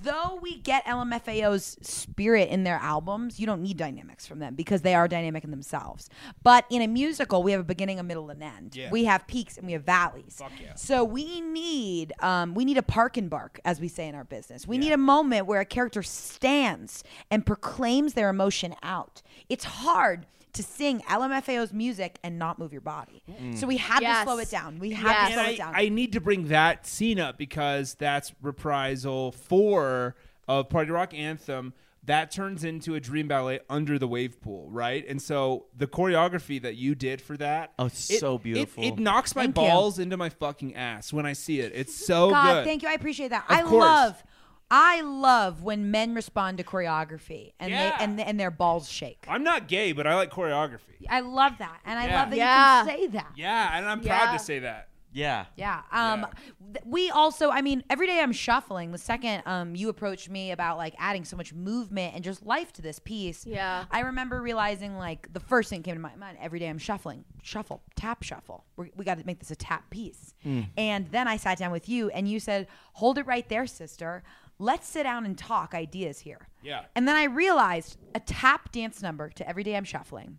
[SPEAKER 4] though we get LMFAO's spirit in their albums, you don't need dynamics from them because they are dynamic in themselves. But in a musical, we have a beginning, a middle, and end.
[SPEAKER 5] Yeah.
[SPEAKER 4] We have peaks and we have valleys. So we need um, we need a park and bark, as we say in our business. We need a moment where a character stands and proclaims their emotion out. It's hard to sing LMFAO's music and not move your body. So we have
[SPEAKER 1] Yes.
[SPEAKER 4] to slow it down. We have
[SPEAKER 1] Yes.
[SPEAKER 5] Mm.
[SPEAKER 4] to
[SPEAKER 5] And
[SPEAKER 4] slow it
[SPEAKER 5] I,
[SPEAKER 4] down.
[SPEAKER 5] I need to bring that scene up because that's reprisal four of Party Rock Anthem. That turns into a dream ballet under the wave pool, right? And so the choreography that you did for that.
[SPEAKER 6] Oh, it's so beautiful.
[SPEAKER 5] It, knocks my
[SPEAKER 4] Thank you.
[SPEAKER 5] balls into my fucking ass when I see it. It's so
[SPEAKER 4] God,
[SPEAKER 5] good.
[SPEAKER 4] thank you. I appreciate that.
[SPEAKER 5] Of
[SPEAKER 4] I
[SPEAKER 5] course.
[SPEAKER 4] love I love when men respond to choreography and
[SPEAKER 5] Yeah.
[SPEAKER 4] they and, and their balls shake.
[SPEAKER 5] I'm not gay, but I like choreography.
[SPEAKER 4] I love that. And I
[SPEAKER 5] Yeah.
[SPEAKER 4] love that
[SPEAKER 1] Yeah.
[SPEAKER 4] you can say that.
[SPEAKER 5] Yeah, and I'm
[SPEAKER 1] Yeah.
[SPEAKER 5] proud to say that.
[SPEAKER 6] yeah.
[SPEAKER 4] Yeah. Um th- we also I mean every day I'm shuffling. The second um you approached me about like adding so much movement and just life to this piece.
[SPEAKER 1] Yeah.
[SPEAKER 4] I remember realizing like the first thing that came to my mind every day I'm shuffling. Shuffle, tap shuffle. We're, we got to make this a tap piece. And then I sat down with you and you said, "Hold it right there, sister. Let's sit down and talk ideas here."
[SPEAKER 5] Yeah.
[SPEAKER 4] And then I realized a tap dance number to every day I'm shuffling.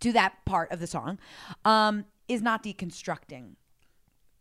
[SPEAKER 4] To that part of the song um, is not deconstructing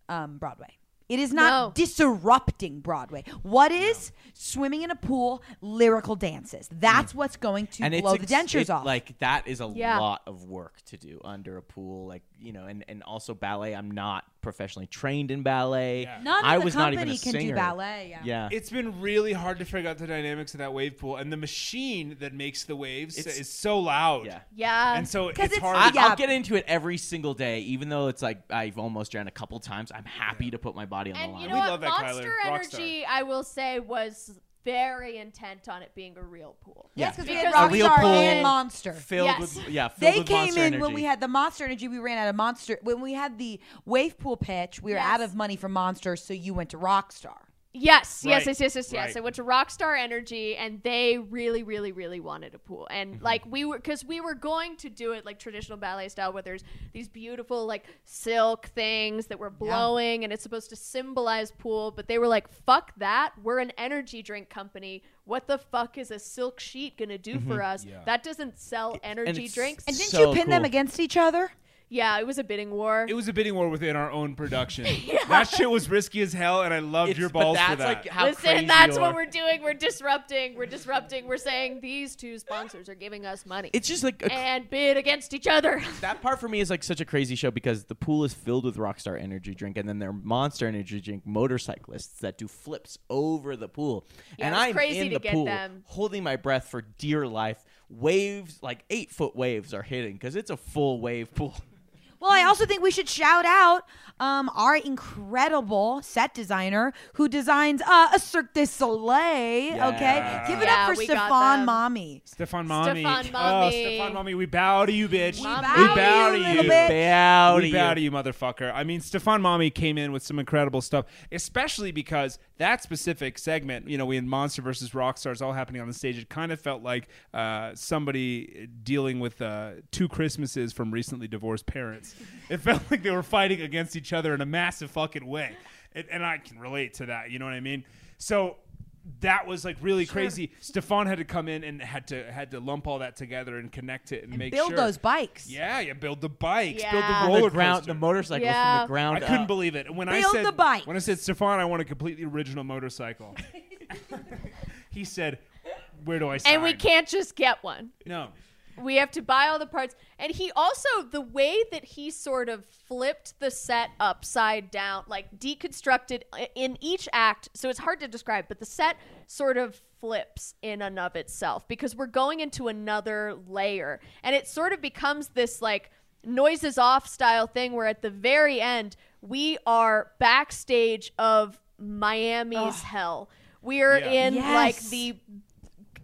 [SPEAKER 4] um, Broadway. It is not
[SPEAKER 1] No.
[SPEAKER 4] disrupting Broadway. What is swimming in a pool, lyrical dances? That's what's going to
[SPEAKER 6] and
[SPEAKER 4] blow
[SPEAKER 6] it's
[SPEAKER 4] the
[SPEAKER 6] ex-
[SPEAKER 4] dentures
[SPEAKER 6] it-
[SPEAKER 4] off.
[SPEAKER 6] Like that is a
[SPEAKER 1] Yeah.
[SPEAKER 6] lot of work to do under a pool, like you know, and and also ballet. I'm not professionally trained in ballet.
[SPEAKER 4] None of
[SPEAKER 6] I
[SPEAKER 4] the
[SPEAKER 6] was not even
[SPEAKER 4] company
[SPEAKER 6] a
[SPEAKER 4] can do
[SPEAKER 6] singer.
[SPEAKER 4] ballet, yeah.
[SPEAKER 6] yeah.
[SPEAKER 5] It's been really hard to figure out the dynamics of that wave pool, and the machine that makes the waves
[SPEAKER 6] It's-
[SPEAKER 5] is so loud.
[SPEAKER 6] Yeah.
[SPEAKER 1] Yeah.
[SPEAKER 5] And so it's,
[SPEAKER 4] 'Cause it's-
[SPEAKER 5] hard.
[SPEAKER 6] I,
[SPEAKER 4] Yeah.
[SPEAKER 6] I'll get into it every single day, even though it's like I've almost drowned a couple times. I'm happy to put my body on the
[SPEAKER 1] and
[SPEAKER 6] line.
[SPEAKER 1] you know
[SPEAKER 5] We
[SPEAKER 1] what?
[SPEAKER 5] love that, Kyler.
[SPEAKER 1] Monster
[SPEAKER 5] Rockstar.
[SPEAKER 1] Energy, I will say, was very intent on it being a real pool.
[SPEAKER 6] yeah.
[SPEAKER 4] Yes, because we had
[SPEAKER 1] Because- A real
[SPEAKER 4] Rockstar
[SPEAKER 6] pool-
[SPEAKER 4] and Monster.
[SPEAKER 6] filled
[SPEAKER 1] Yes.
[SPEAKER 6] with yeah, filled
[SPEAKER 4] They
[SPEAKER 6] with
[SPEAKER 4] came
[SPEAKER 6] monster
[SPEAKER 4] in
[SPEAKER 6] energy.
[SPEAKER 4] when we had the Monster Energy. We ran out of Monster. When we had the wave pool pitch, we were
[SPEAKER 1] Yes.
[SPEAKER 4] out of money for Monster, so you went to Rockstar.
[SPEAKER 1] Yes, yes,
[SPEAKER 5] Right,
[SPEAKER 1] yes, yes, yes, yes.
[SPEAKER 5] right.
[SPEAKER 1] I went to Rockstar Energy, and they really, really, really wanted a pool, and like we were, because we were going to do it like traditional ballet style, where there's these beautiful like silk things that were blowing, and it's supposed to symbolize pool. But they were like, "Fuck that! We're an energy drink company. What the fuck is a silk sheet gonna do for us? That doesn't sell energy
[SPEAKER 6] it's-
[SPEAKER 1] drinks."
[SPEAKER 4] And didn't
[SPEAKER 6] So
[SPEAKER 4] you pin them
[SPEAKER 6] cool.
[SPEAKER 4] against each other?
[SPEAKER 1] yeah, it was a bidding war.
[SPEAKER 5] It was a bidding war within our own production. That shit was risky as hell, and I loved
[SPEAKER 6] It's-
[SPEAKER 5] your
[SPEAKER 6] but
[SPEAKER 5] balls
[SPEAKER 6] that's
[SPEAKER 5] for that.
[SPEAKER 6] like how crazy
[SPEAKER 1] Listen, that's
[SPEAKER 6] you
[SPEAKER 1] what
[SPEAKER 6] are.
[SPEAKER 1] we're doing. We're disrupting. We're disrupting. We're saying these two sponsors are giving us money.
[SPEAKER 6] It's just like a
[SPEAKER 1] and bid against each other.
[SPEAKER 6] that part for me is like such a crazy show because the pool is filled with Rockstar energy drink and then there are Monster energy drink motorcyclists that do flips over the pool.
[SPEAKER 1] Yeah,
[SPEAKER 6] and
[SPEAKER 1] it was
[SPEAKER 6] I'm
[SPEAKER 1] crazy
[SPEAKER 6] in
[SPEAKER 1] to
[SPEAKER 6] the
[SPEAKER 1] get
[SPEAKER 6] pool
[SPEAKER 1] them.
[SPEAKER 6] holding my breath for dear life. Waves like eight foot waves are hitting because it's a full wave pool.
[SPEAKER 4] Well, I also think we should shout out um, our incredible set designer who designs uh, a Cirque du Soleil. Okay,
[SPEAKER 5] Yeah.
[SPEAKER 4] give it
[SPEAKER 1] Yeah,
[SPEAKER 4] up for
[SPEAKER 1] we got
[SPEAKER 4] Stefan
[SPEAKER 1] them.
[SPEAKER 4] Mommy.
[SPEAKER 5] Stefan Mommy.
[SPEAKER 1] Stefan
[SPEAKER 5] Oh,
[SPEAKER 1] Mommy.
[SPEAKER 5] Stefan Mommy, we bow to you, bitch.
[SPEAKER 1] We bow
[SPEAKER 5] We bow,
[SPEAKER 4] to you,
[SPEAKER 5] to
[SPEAKER 4] little
[SPEAKER 5] you.
[SPEAKER 4] bitch.
[SPEAKER 6] Bow to
[SPEAKER 5] we
[SPEAKER 6] you.
[SPEAKER 5] bow to you, motherfucker. I mean, Stefan Mommy came in with some incredible stuff, especially because that specific segment, you know, we had Monster versus Rockstars all happening on the stage. It kind of felt like uh, somebody dealing with uh, two Christmases from recently divorced parents. It felt like they were fighting against each other in a massive fucking way. And and I can relate to that. You know what I mean? So that was like really crazy. Stefan had to come in and had to had to lump all that together and connect it and, make
[SPEAKER 4] Build
[SPEAKER 5] sure.
[SPEAKER 4] those bikes.
[SPEAKER 5] Yeah, you build the bikes, build
[SPEAKER 1] Yeah.
[SPEAKER 5] the
[SPEAKER 1] On
[SPEAKER 6] On
[SPEAKER 5] roller
[SPEAKER 6] the ground,
[SPEAKER 5] coaster.
[SPEAKER 6] the motorcycle
[SPEAKER 1] Yeah.
[SPEAKER 6] from the ground.
[SPEAKER 5] I couldn't
[SPEAKER 6] up.
[SPEAKER 5] believe it when I
[SPEAKER 4] Build
[SPEAKER 5] said
[SPEAKER 4] the bikes.
[SPEAKER 5] when I said Stefan, I want a completely original motorcycle. he said, "Where do I sign?"
[SPEAKER 1] And we can't just get one.
[SPEAKER 5] No,
[SPEAKER 1] We have to buy all the parts. And he also, the way that he sort of flipped the set upside down, like deconstructed in each act, so it's hard to describe, but the set sort of flips in and of itself because we're going into another layer. And it sort of becomes this like noises off style thing where at the very end, we are backstage of Miami's hell. We are
[SPEAKER 5] Yeah.
[SPEAKER 1] in like
[SPEAKER 4] Yes.
[SPEAKER 1] the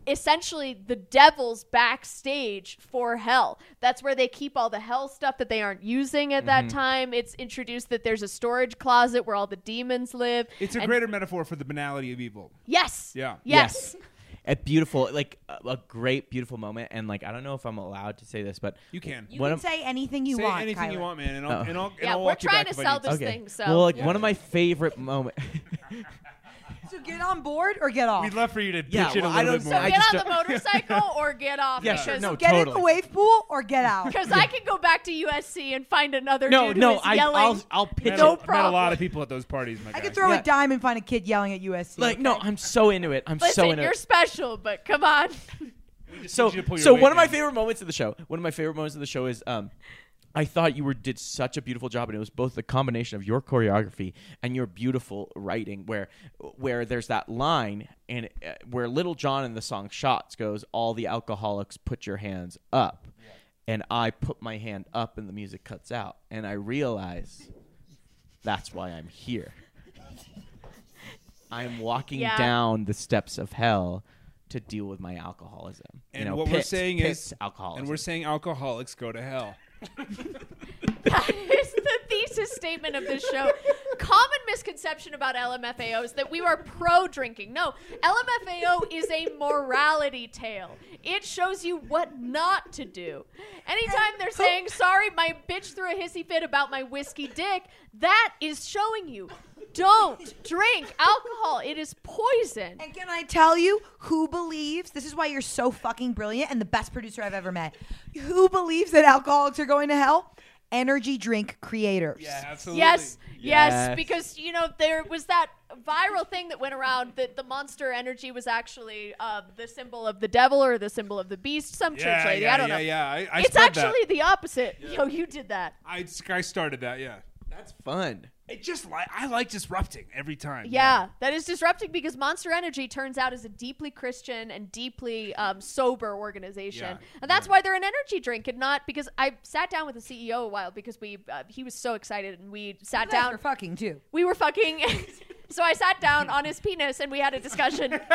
[SPEAKER 1] essentially the devil's backstage for hell. That's where they keep all the hell stuff that they aren't using at that
[SPEAKER 6] Mm-hmm.
[SPEAKER 1] time. It's introduced that there's a storage closet where all the demons live.
[SPEAKER 5] it's a
[SPEAKER 1] And-
[SPEAKER 5] greater metaphor for the banality of evil.
[SPEAKER 1] Yes.
[SPEAKER 5] Yeah.
[SPEAKER 1] Yes.
[SPEAKER 6] A beautiful, like a, a great, beautiful moment. And like, I don't know if I'm allowed to say this, but
[SPEAKER 5] You can
[SPEAKER 4] You
[SPEAKER 6] One
[SPEAKER 4] can
[SPEAKER 6] of-
[SPEAKER 4] say anything you
[SPEAKER 5] say
[SPEAKER 4] want.
[SPEAKER 5] anything you
[SPEAKER 4] Kyler.
[SPEAKER 5] want, man, and I'll,
[SPEAKER 6] Oh.
[SPEAKER 5] and I'll, and
[SPEAKER 1] Yeah,
[SPEAKER 5] I'll
[SPEAKER 1] we're
[SPEAKER 5] walk you
[SPEAKER 1] trying
[SPEAKER 5] back
[SPEAKER 1] to
[SPEAKER 5] if I
[SPEAKER 1] sell
[SPEAKER 5] need
[SPEAKER 1] this thing, so-
[SPEAKER 6] well, like
[SPEAKER 1] Yeah.
[SPEAKER 6] one of my favorite moments.
[SPEAKER 4] So get on board or get off.
[SPEAKER 5] We'd love for you to pitch
[SPEAKER 6] Yeah,
[SPEAKER 5] it a little
[SPEAKER 6] well, I
[SPEAKER 5] bit
[SPEAKER 6] don't-
[SPEAKER 5] more.
[SPEAKER 1] So
[SPEAKER 6] I
[SPEAKER 1] get
[SPEAKER 6] just
[SPEAKER 1] on the motorcycle or get off.
[SPEAKER 6] Yeah,
[SPEAKER 1] because
[SPEAKER 6] sure. No,
[SPEAKER 4] get in the
[SPEAKER 6] totally.
[SPEAKER 4] wave pool or get out.
[SPEAKER 1] Because I can go back to USC and find another
[SPEAKER 6] no,
[SPEAKER 1] dude who
[SPEAKER 6] no,
[SPEAKER 1] is
[SPEAKER 6] I,
[SPEAKER 1] yelling.
[SPEAKER 6] I'll, I'll pitch
[SPEAKER 5] Met
[SPEAKER 1] No
[SPEAKER 5] a-
[SPEAKER 6] it.
[SPEAKER 5] Met a lot
[SPEAKER 1] problem.
[SPEAKER 5] of people at those parties, my
[SPEAKER 4] I
[SPEAKER 5] guy.
[SPEAKER 4] could throw
[SPEAKER 6] Yeah.
[SPEAKER 4] a dime and find a kid yelling at USC.
[SPEAKER 6] Like, no, I'm so into it. I'm
[SPEAKER 1] Listen,
[SPEAKER 6] so into
[SPEAKER 1] you're
[SPEAKER 6] it.
[SPEAKER 1] special, but come on.
[SPEAKER 5] We just
[SPEAKER 6] so
[SPEAKER 5] need you to pull your
[SPEAKER 6] so
[SPEAKER 5] weight
[SPEAKER 6] one of my
[SPEAKER 5] down.
[SPEAKER 6] favorite moments of the show one of my favorite moments of the show is um I thought you were did such a beautiful job, and it was both the combination of your choreography and your beautiful writing, where where there's that line and uh, where Little John in the song "Shots" goes, "All the alcoholics, put your hands up," and I put my hand up, and the music cuts out, and I realize that's why I'm here. I'm walking
[SPEAKER 1] Yeah.
[SPEAKER 6] down the steps of hell to deal with my alcoholism.
[SPEAKER 5] And
[SPEAKER 6] you know,
[SPEAKER 5] what we're
[SPEAKER 6] pits,
[SPEAKER 5] saying
[SPEAKER 6] pits,
[SPEAKER 5] is
[SPEAKER 6] alcoholism.
[SPEAKER 5] And we're saying alcoholics go to hell.
[SPEAKER 1] That is the thesis statement of this show. Common misconception about LMFAO is that we are pro drinking. No, LMFAO is a morality tale. It shows you what not to do. Anytime they're saying, sorry, my bitch threw a hissy fit about my whiskey dick, that is showing you don't drink alcohol. It is poison.
[SPEAKER 4] And can I tell you who believes? This is why you're so fucking brilliant and the best producer I've ever met. Who believes that alcoholics are going to hell? Energy drink creators.
[SPEAKER 5] absolutely.
[SPEAKER 1] Yes, yes,
[SPEAKER 6] Yes.
[SPEAKER 1] because you know there was that viral thing that went around that the monster energy was actually uh, the symbol of the devil or the symbol of the beast. Some
[SPEAKER 5] Yeah,
[SPEAKER 1] church lady,
[SPEAKER 5] yeah,
[SPEAKER 1] I don't
[SPEAKER 5] yeah,
[SPEAKER 1] know.
[SPEAKER 5] yeah. I, I
[SPEAKER 1] it's
[SPEAKER 5] spread that.
[SPEAKER 1] actually the opposite. Yo, you did that.
[SPEAKER 5] I, I started that, yeah.
[SPEAKER 6] That's fun.
[SPEAKER 5] It just like I like disrupting every time.
[SPEAKER 1] Yeah, that is disrupting because Monster Energy turns out is a deeply Christian and deeply um, sober organization,
[SPEAKER 5] Yeah,
[SPEAKER 1] and that's why they're an energy drink and not because I sat down with the CEO a while because we uh, he was so excited and we sat
[SPEAKER 4] Down
[SPEAKER 1] down
[SPEAKER 4] for fucking too.
[SPEAKER 1] we were fucking. so I sat down on his penis and we had a discussion.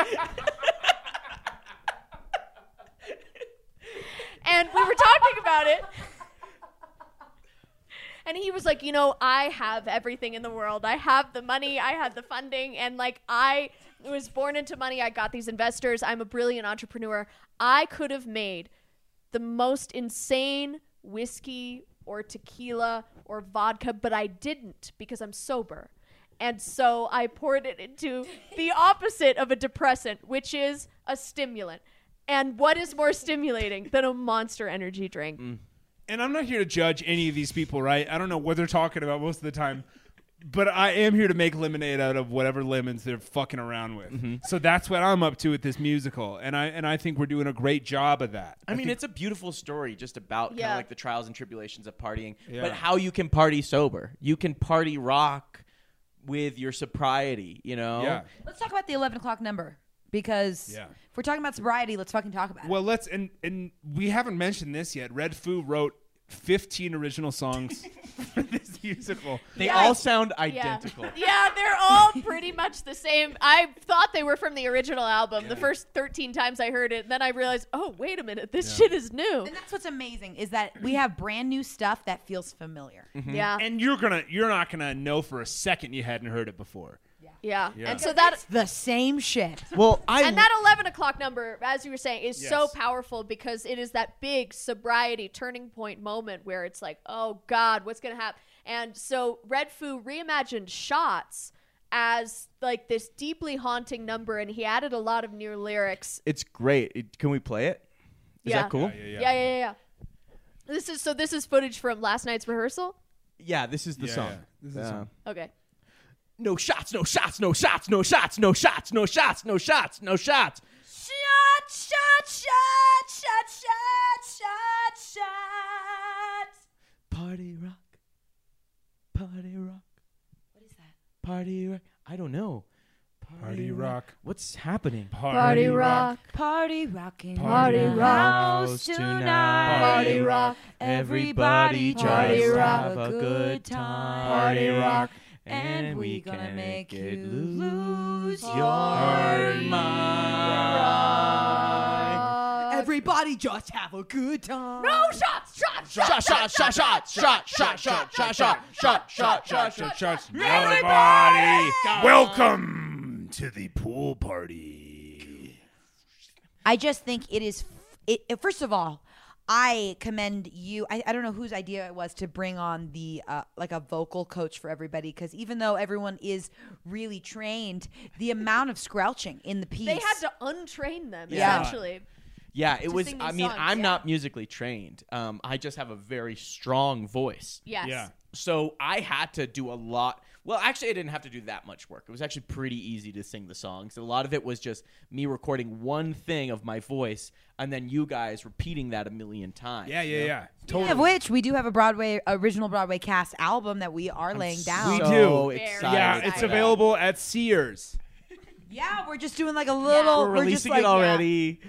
[SPEAKER 1] and we were talking about it. And he was like, you know, I have everything in the world. I have the money, I have the funding, and like I was born into money. I got these investors. I'm a brilliant entrepreneur. I could have made the most insane whiskey or tequila or vodka, but I didn't because I'm sober. And so I poured it into the opposite of a depressant, which is a stimulant. And what is more stimulating than a monster energy drink?
[SPEAKER 5] And I'm not here to judge any of these people, right? I don't know what they're talking about most of the time. But I am here to make lemonade out of whatever lemons they're fucking around with. So that's what I'm up to with this musical. And I and I think we're doing a great job of that.
[SPEAKER 6] I mean, it's a beautiful story just about kind
[SPEAKER 1] Yeah.
[SPEAKER 6] of like the trials and tribulations of partying,
[SPEAKER 5] Yeah.
[SPEAKER 6] but how you can party sober. You can party rock with your sobriety, you know?
[SPEAKER 5] Yeah.
[SPEAKER 4] Let's talk about the 11 o'clock number because
[SPEAKER 5] Yeah.
[SPEAKER 4] if we're talking about sobriety, let's fucking talk about
[SPEAKER 5] Well, let's and and we haven't mentioned this yet. Red Foo wrote 15 original songs for this musical.
[SPEAKER 6] They
[SPEAKER 1] Yeah.
[SPEAKER 6] all sound
[SPEAKER 1] Yeah.
[SPEAKER 6] identical.
[SPEAKER 1] Yeah, they're all pretty much the same. I thought they were from the original album the first 13 times I heard it. Then I realized, oh, wait a minute, this shit is new.
[SPEAKER 4] And that's what's amazing is that we have brand new stuff that feels familiar.
[SPEAKER 1] Yeah.
[SPEAKER 5] And you're gonna you're not gonna know for a second you hadn't heard it before.
[SPEAKER 1] yeah.
[SPEAKER 5] Yeah.
[SPEAKER 1] And so that
[SPEAKER 4] The same shit.
[SPEAKER 6] Well, I
[SPEAKER 1] and that 11 o'clock number as you were saying is so
[SPEAKER 5] Yes.
[SPEAKER 1] powerful because it is that big sobriety turning point moment where it's like oh god what's gonna happen and so red foo reimagined shots as like this deeply haunting number and he added a lot of new lyrics
[SPEAKER 6] it's great. It- can we play it? Is
[SPEAKER 1] Yeah.
[SPEAKER 6] that cool?
[SPEAKER 5] Yeah,
[SPEAKER 1] yeah
[SPEAKER 5] yeah.
[SPEAKER 1] yeah yeah, yeah. This is so. This is footage from last night's rehearsal.
[SPEAKER 6] Yeah, this is the
[SPEAKER 5] Yeah,
[SPEAKER 6] song.
[SPEAKER 5] yeah. This is the
[SPEAKER 6] Uh,
[SPEAKER 5] song.
[SPEAKER 1] Okay.
[SPEAKER 6] No shots, no shots, no shots, no shots, no shots, no shots, no shots, no shots.
[SPEAKER 4] Shot, shot, shot, shot, shot, shot, shot.
[SPEAKER 6] Party rock. Party rock. What is that? Party rock. I don't know.
[SPEAKER 5] Party rock.
[SPEAKER 6] What's happening?
[SPEAKER 5] Party rock.
[SPEAKER 4] Party rocking.
[SPEAKER 5] Party
[SPEAKER 4] in the
[SPEAKER 6] rock.
[SPEAKER 4] house
[SPEAKER 6] tonight.
[SPEAKER 5] Party
[SPEAKER 1] rock.
[SPEAKER 6] Everybody
[SPEAKER 4] Everybody
[SPEAKER 1] Party
[SPEAKER 6] just
[SPEAKER 1] rock.
[SPEAKER 6] have a good time.
[SPEAKER 4] Party
[SPEAKER 5] rock.
[SPEAKER 4] And we gonna
[SPEAKER 6] can
[SPEAKER 4] make
[SPEAKER 6] it
[SPEAKER 4] you lose
[SPEAKER 6] lose your
[SPEAKER 4] your
[SPEAKER 6] mind.
[SPEAKER 4] Everybody just have a good time.
[SPEAKER 1] No shots. Shots. Shots.
[SPEAKER 6] Shot, shot, shot, shot, shot, shot, shot, shot, shot, shot, shot, shot, shot.
[SPEAKER 5] Everybody, welcome Mm, to the pool party.
[SPEAKER 4] I just think it is. f- It, it- first of all, I commend you. I, I don't know whose idea it was to bring on the uh, like a vocal coach for everybody because even though everyone is really trained, the amount of scrouching in the piece.
[SPEAKER 1] They had to untrain them
[SPEAKER 6] Yeah.
[SPEAKER 1] essentially.
[SPEAKER 6] Yeah, it was.
[SPEAKER 1] sing these
[SPEAKER 6] I mean,
[SPEAKER 1] songs,
[SPEAKER 6] I'm
[SPEAKER 1] yeah.
[SPEAKER 6] not musically trained. Um, I just have a very strong voice.
[SPEAKER 1] Yes.
[SPEAKER 5] Yeah.
[SPEAKER 6] So I had to do a lot. Well, actually, I didn't have to do that much work. It was actually pretty easy to sing the songs. A lot of it was just me recording one thing of my voice, and then you guys repeating that a million times.
[SPEAKER 5] Yeah, yeah,
[SPEAKER 6] you know?
[SPEAKER 5] yeah.
[SPEAKER 4] Speaking
[SPEAKER 5] Totally.
[SPEAKER 4] of which, we do have a Broadway original Broadway cast album that we are laying down.
[SPEAKER 5] We
[SPEAKER 6] So
[SPEAKER 5] do.
[SPEAKER 6] excited
[SPEAKER 5] Yeah,
[SPEAKER 6] for
[SPEAKER 5] it's
[SPEAKER 6] that.
[SPEAKER 5] available at Sears.
[SPEAKER 4] yeah, we're just doing like a little.
[SPEAKER 6] We're
[SPEAKER 4] we're just
[SPEAKER 6] releasing
[SPEAKER 4] like-
[SPEAKER 6] it already.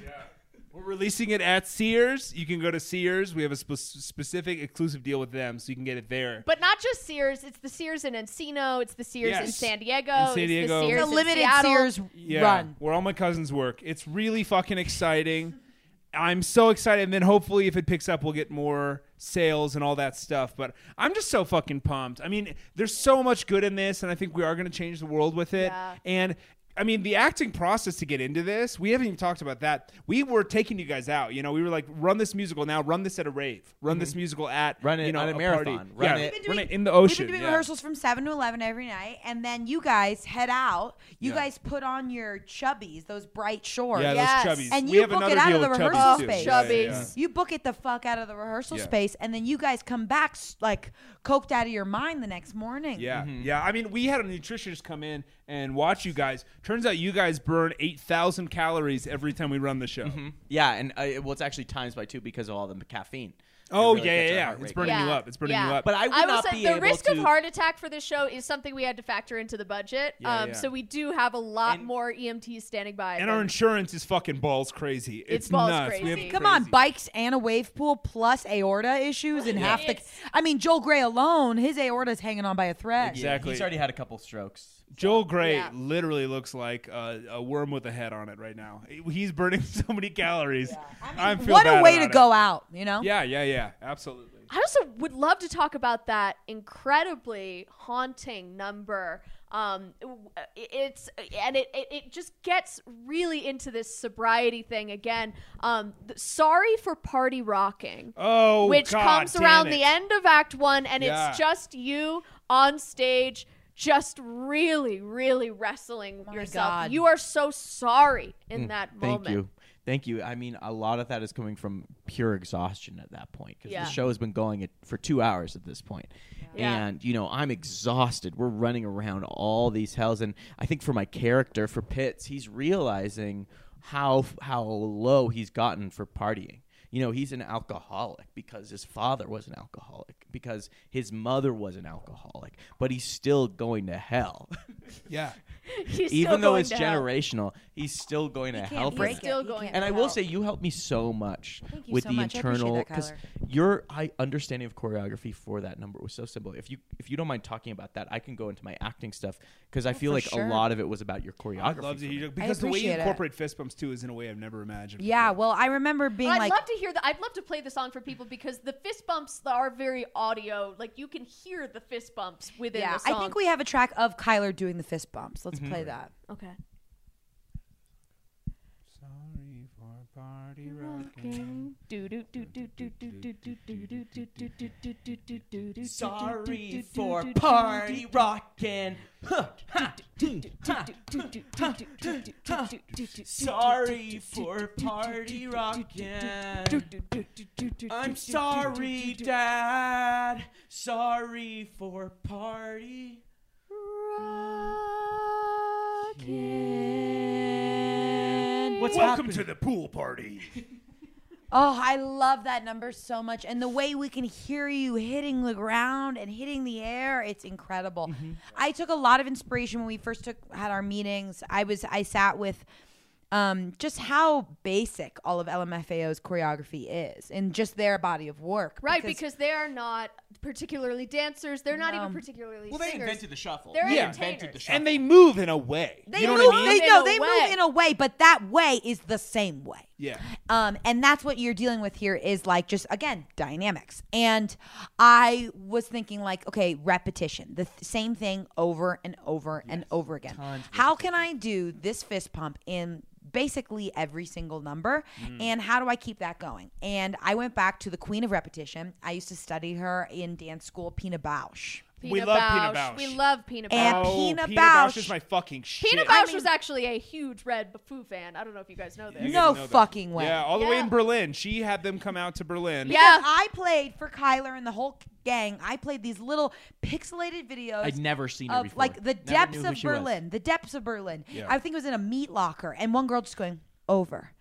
[SPEAKER 5] We're releasing it at Sears. You can go to Sears. We have a spe- specific exclusive deal with them, so you can get it there.
[SPEAKER 1] But not just Sears. It's the Sears in Encino. It's the Sears in
[SPEAKER 5] Yes.
[SPEAKER 1] San Diego.
[SPEAKER 5] In San
[SPEAKER 1] It's
[SPEAKER 5] Diego.
[SPEAKER 1] the
[SPEAKER 4] It's
[SPEAKER 1] Sears
[SPEAKER 4] a
[SPEAKER 1] in
[SPEAKER 4] limited
[SPEAKER 1] Seattle.
[SPEAKER 4] Sears
[SPEAKER 5] yeah,
[SPEAKER 4] run.
[SPEAKER 5] where all my cousins work. It's really fucking exciting. I'm so excited, and then hopefully, if it picks up, we'll get more sales and all that stuff. But I'm just so fucking pumped. I mean, there's so much good in this, and I think we are going to change the world with it.
[SPEAKER 1] Yeah.
[SPEAKER 5] And I mean, the acting process to get into this, we haven't even talked about that. We were taking you guys out. You know, we were like, run this musical now, run this at a rave, run this musical at
[SPEAKER 6] Run it
[SPEAKER 5] you know,
[SPEAKER 6] on a
[SPEAKER 5] party.
[SPEAKER 6] marathon.
[SPEAKER 5] yeah,
[SPEAKER 6] Run it-
[SPEAKER 4] Mm-hmm. We've been
[SPEAKER 5] run
[SPEAKER 4] doing-
[SPEAKER 5] it in the ocean.
[SPEAKER 4] We've been doing
[SPEAKER 5] yeah.
[SPEAKER 4] rehearsals from seven to eleven every night, and then you guys head out. You
[SPEAKER 5] Yeah.
[SPEAKER 4] guys put on your chubbies, those bright shorts.
[SPEAKER 5] Yeah,
[SPEAKER 1] Yes.
[SPEAKER 5] those chubbies.
[SPEAKER 4] And
[SPEAKER 5] we
[SPEAKER 4] you
[SPEAKER 5] have
[SPEAKER 4] book it
[SPEAKER 5] another
[SPEAKER 4] out
[SPEAKER 5] deal
[SPEAKER 4] of the
[SPEAKER 5] with
[SPEAKER 4] rehearsal
[SPEAKER 5] chubbies too.
[SPEAKER 1] space.
[SPEAKER 5] Yeah, yeah, yeah.
[SPEAKER 1] Chubbies.
[SPEAKER 4] You book it the fuck out of the rehearsal
[SPEAKER 5] Yeah.
[SPEAKER 4] space, and then you guys come back s- like coked out of your mind the next morning.
[SPEAKER 5] Yeah,
[SPEAKER 7] Mm-hmm.
[SPEAKER 5] yeah. I mean, we had a nutritionist come in and watch you guys. Turns out you guys burn eight thousand calories every time we run the show.
[SPEAKER 7] Mm-hmm.
[SPEAKER 6] Yeah, and uh, well, it's actually times by two because of all the caffeine.
[SPEAKER 5] Oh
[SPEAKER 6] It really
[SPEAKER 5] yeah,
[SPEAKER 6] gets
[SPEAKER 5] yeah,
[SPEAKER 6] our
[SPEAKER 5] yeah.
[SPEAKER 6] heart
[SPEAKER 5] It's
[SPEAKER 6] rate
[SPEAKER 5] burning
[SPEAKER 1] Yeah.
[SPEAKER 5] you up. It's burning
[SPEAKER 1] Yeah.
[SPEAKER 5] you up.
[SPEAKER 6] But I would
[SPEAKER 1] I will
[SPEAKER 6] not
[SPEAKER 1] say
[SPEAKER 6] be
[SPEAKER 1] the
[SPEAKER 6] able
[SPEAKER 1] risk
[SPEAKER 6] to.
[SPEAKER 1] of heart attack for this show is something we had to factor into the budget.
[SPEAKER 5] Yeah,
[SPEAKER 1] um,
[SPEAKER 5] yeah.
[SPEAKER 1] So we do have a lot
[SPEAKER 6] And-
[SPEAKER 1] more EMTs standing by.
[SPEAKER 5] and our
[SPEAKER 1] than-
[SPEAKER 5] insurance is fucking balls crazy.
[SPEAKER 1] It's
[SPEAKER 5] It's,
[SPEAKER 1] balls
[SPEAKER 5] nuts. We have
[SPEAKER 1] crazy.
[SPEAKER 4] Come on, bikes and a wave pool plus aorta issues and half the.
[SPEAKER 1] It's-
[SPEAKER 4] I mean, Joel Gray alone, his aorta's hanging on by a thread.
[SPEAKER 5] Yeah. Exactly.
[SPEAKER 6] He's already had a couple strokes.
[SPEAKER 5] Joel Gray
[SPEAKER 1] Yeah.
[SPEAKER 5] literally looks like a, a worm with a head on it right now. He's burning so many calories. I am
[SPEAKER 4] What a way to go out, you know?
[SPEAKER 5] Yeah, yeah, yeah. Absolutely.
[SPEAKER 1] I also would love to talk about that incredibly haunting number. Um, w- uh, it's and it, it it just gets really into this sobriety thing again. Um, th- sorry for party rocking,
[SPEAKER 5] Oh,
[SPEAKER 1] which
[SPEAKER 5] God
[SPEAKER 1] comes
[SPEAKER 5] damn
[SPEAKER 1] around
[SPEAKER 5] it.
[SPEAKER 1] the end of Act One, and
[SPEAKER 5] Yeah.
[SPEAKER 1] it's just you on stage, just really, really wrestling yourself.
[SPEAKER 4] Oh God.
[SPEAKER 1] You are so sorry in that moment.
[SPEAKER 6] Hmm. Thank you. Thank you. I mean, a lot of that is coming from pure exhaustion at that point because
[SPEAKER 1] Yeah.
[SPEAKER 6] the show has been going at, for two hours at this point.
[SPEAKER 1] Yeah.
[SPEAKER 6] And, you know, I'm exhausted. We're running around all these hells. And I think for my character, for Pitts, he's realizing how, how low he's gotten for partying. you know, he's an alcoholic because his father was an alcoholic, because his mother was an alcoholic, but he's still going to hell.
[SPEAKER 5] Yeah.
[SPEAKER 1] He's still
[SPEAKER 6] Even though
[SPEAKER 1] going
[SPEAKER 6] it's
[SPEAKER 1] to hell.
[SPEAKER 6] generational, he's still going to
[SPEAKER 4] can't
[SPEAKER 6] hell. for
[SPEAKER 4] break
[SPEAKER 1] He's
[SPEAKER 6] that.
[SPEAKER 4] it.
[SPEAKER 1] still
[SPEAKER 4] You
[SPEAKER 1] going
[SPEAKER 4] can't
[SPEAKER 6] And
[SPEAKER 1] to
[SPEAKER 6] I will
[SPEAKER 1] hell.
[SPEAKER 6] say, you helped me so much
[SPEAKER 4] Thank you
[SPEAKER 6] with
[SPEAKER 4] so
[SPEAKER 6] the
[SPEAKER 4] much. I appreciate
[SPEAKER 6] internal
[SPEAKER 4] that,
[SPEAKER 6] because
[SPEAKER 4] Kyler.
[SPEAKER 6] your I, understanding of choreography for that number was so simple. If you if you don't mind talking about that, I can go into my acting stuff because I feel
[SPEAKER 4] Oh, for
[SPEAKER 6] like
[SPEAKER 4] sure.
[SPEAKER 6] a lot of it was about your choreography.
[SPEAKER 7] I'd love to
[SPEAKER 6] for
[SPEAKER 7] hear
[SPEAKER 6] me.
[SPEAKER 7] because the way you
[SPEAKER 4] appreciate it.
[SPEAKER 7] incorporate fist bumps too is in a way I've never imagined.
[SPEAKER 4] Yeah,
[SPEAKER 7] before.
[SPEAKER 4] well, I remember being
[SPEAKER 1] I'd
[SPEAKER 4] like,
[SPEAKER 1] love to hear that. I'd love to play the song for people because the fist bumps are very audio. Like you can hear the fist bumps within
[SPEAKER 4] yeah,
[SPEAKER 1] the song.
[SPEAKER 4] I think we have a track of Kyler doing the fist bumps. Let's
[SPEAKER 5] Mm-hmm.
[SPEAKER 4] play that.
[SPEAKER 1] Okay.
[SPEAKER 7] Sorry for party rocking.
[SPEAKER 6] Sorry for party rocking. Huh, ha, doo, ha. Sorry for party rocking. I'm sorry, Dad. Sorry for party. What's
[SPEAKER 5] Welcome to the pool party.
[SPEAKER 4] Oh, I love that number so much. And the way we can hear you hitting the ground and hitting the air, it's incredible.
[SPEAKER 5] Mm-hmm.
[SPEAKER 4] I took a lot of inspiration when we first took had our meetings. I was I sat with um, just how basic all of LMFAO's choreography is and just their body of work.
[SPEAKER 1] Right, because, they are not particularly dancers. They're not
[SPEAKER 4] No.
[SPEAKER 1] even particularly
[SPEAKER 6] Well, they
[SPEAKER 1] singers.
[SPEAKER 6] invented the shuffle.
[SPEAKER 1] They're
[SPEAKER 6] They
[SPEAKER 1] Yeah.
[SPEAKER 6] invented the
[SPEAKER 1] entertainers.
[SPEAKER 6] shuffle.
[SPEAKER 5] And they move in a way.
[SPEAKER 4] they
[SPEAKER 5] you know
[SPEAKER 4] move
[SPEAKER 5] what I mean?
[SPEAKER 4] they
[SPEAKER 1] In
[SPEAKER 4] no,
[SPEAKER 1] a
[SPEAKER 4] they
[SPEAKER 1] way.
[SPEAKER 4] move in a way, but that way is the same way.
[SPEAKER 5] Yeah.
[SPEAKER 4] Um, and that's what you're dealing with here is like just again dynamics. And I was thinking like, okay, repetition, the th- same thing over and over and over again. How can I do this fist pump in basically every single number? And how do I keep that going? And I went back to the queen of repetition. I used to study her in dance school, Pina Bausch.
[SPEAKER 1] Pina
[SPEAKER 5] We love Pina
[SPEAKER 1] Bausch. We
[SPEAKER 5] Bausch.
[SPEAKER 1] love Pina
[SPEAKER 4] And
[SPEAKER 1] Bausch.
[SPEAKER 4] Pina Bausch-
[SPEAKER 5] Oh, is my fucking shit.
[SPEAKER 1] Pina Bausch was actually a huge Red Bafoo fan. I don't know if you guys know this.
[SPEAKER 5] You
[SPEAKER 4] No
[SPEAKER 5] didn't know that.
[SPEAKER 4] fucking way.
[SPEAKER 5] Yeah, all the way
[SPEAKER 1] Yeah.
[SPEAKER 5] in Berlin. She had them come out to Berlin.
[SPEAKER 1] Yeah.
[SPEAKER 4] Because I played for Kyler and the whole gang. I played these little pixelated videos.
[SPEAKER 6] I'd never seen her
[SPEAKER 4] of
[SPEAKER 6] before.
[SPEAKER 4] like the
[SPEAKER 6] Never knew
[SPEAKER 4] depths
[SPEAKER 6] who
[SPEAKER 4] of
[SPEAKER 6] she was.
[SPEAKER 4] Berlin. The depths of Berlin.
[SPEAKER 5] Yeah.
[SPEAKER 4] I think it was in a meat locker, and one girl just going over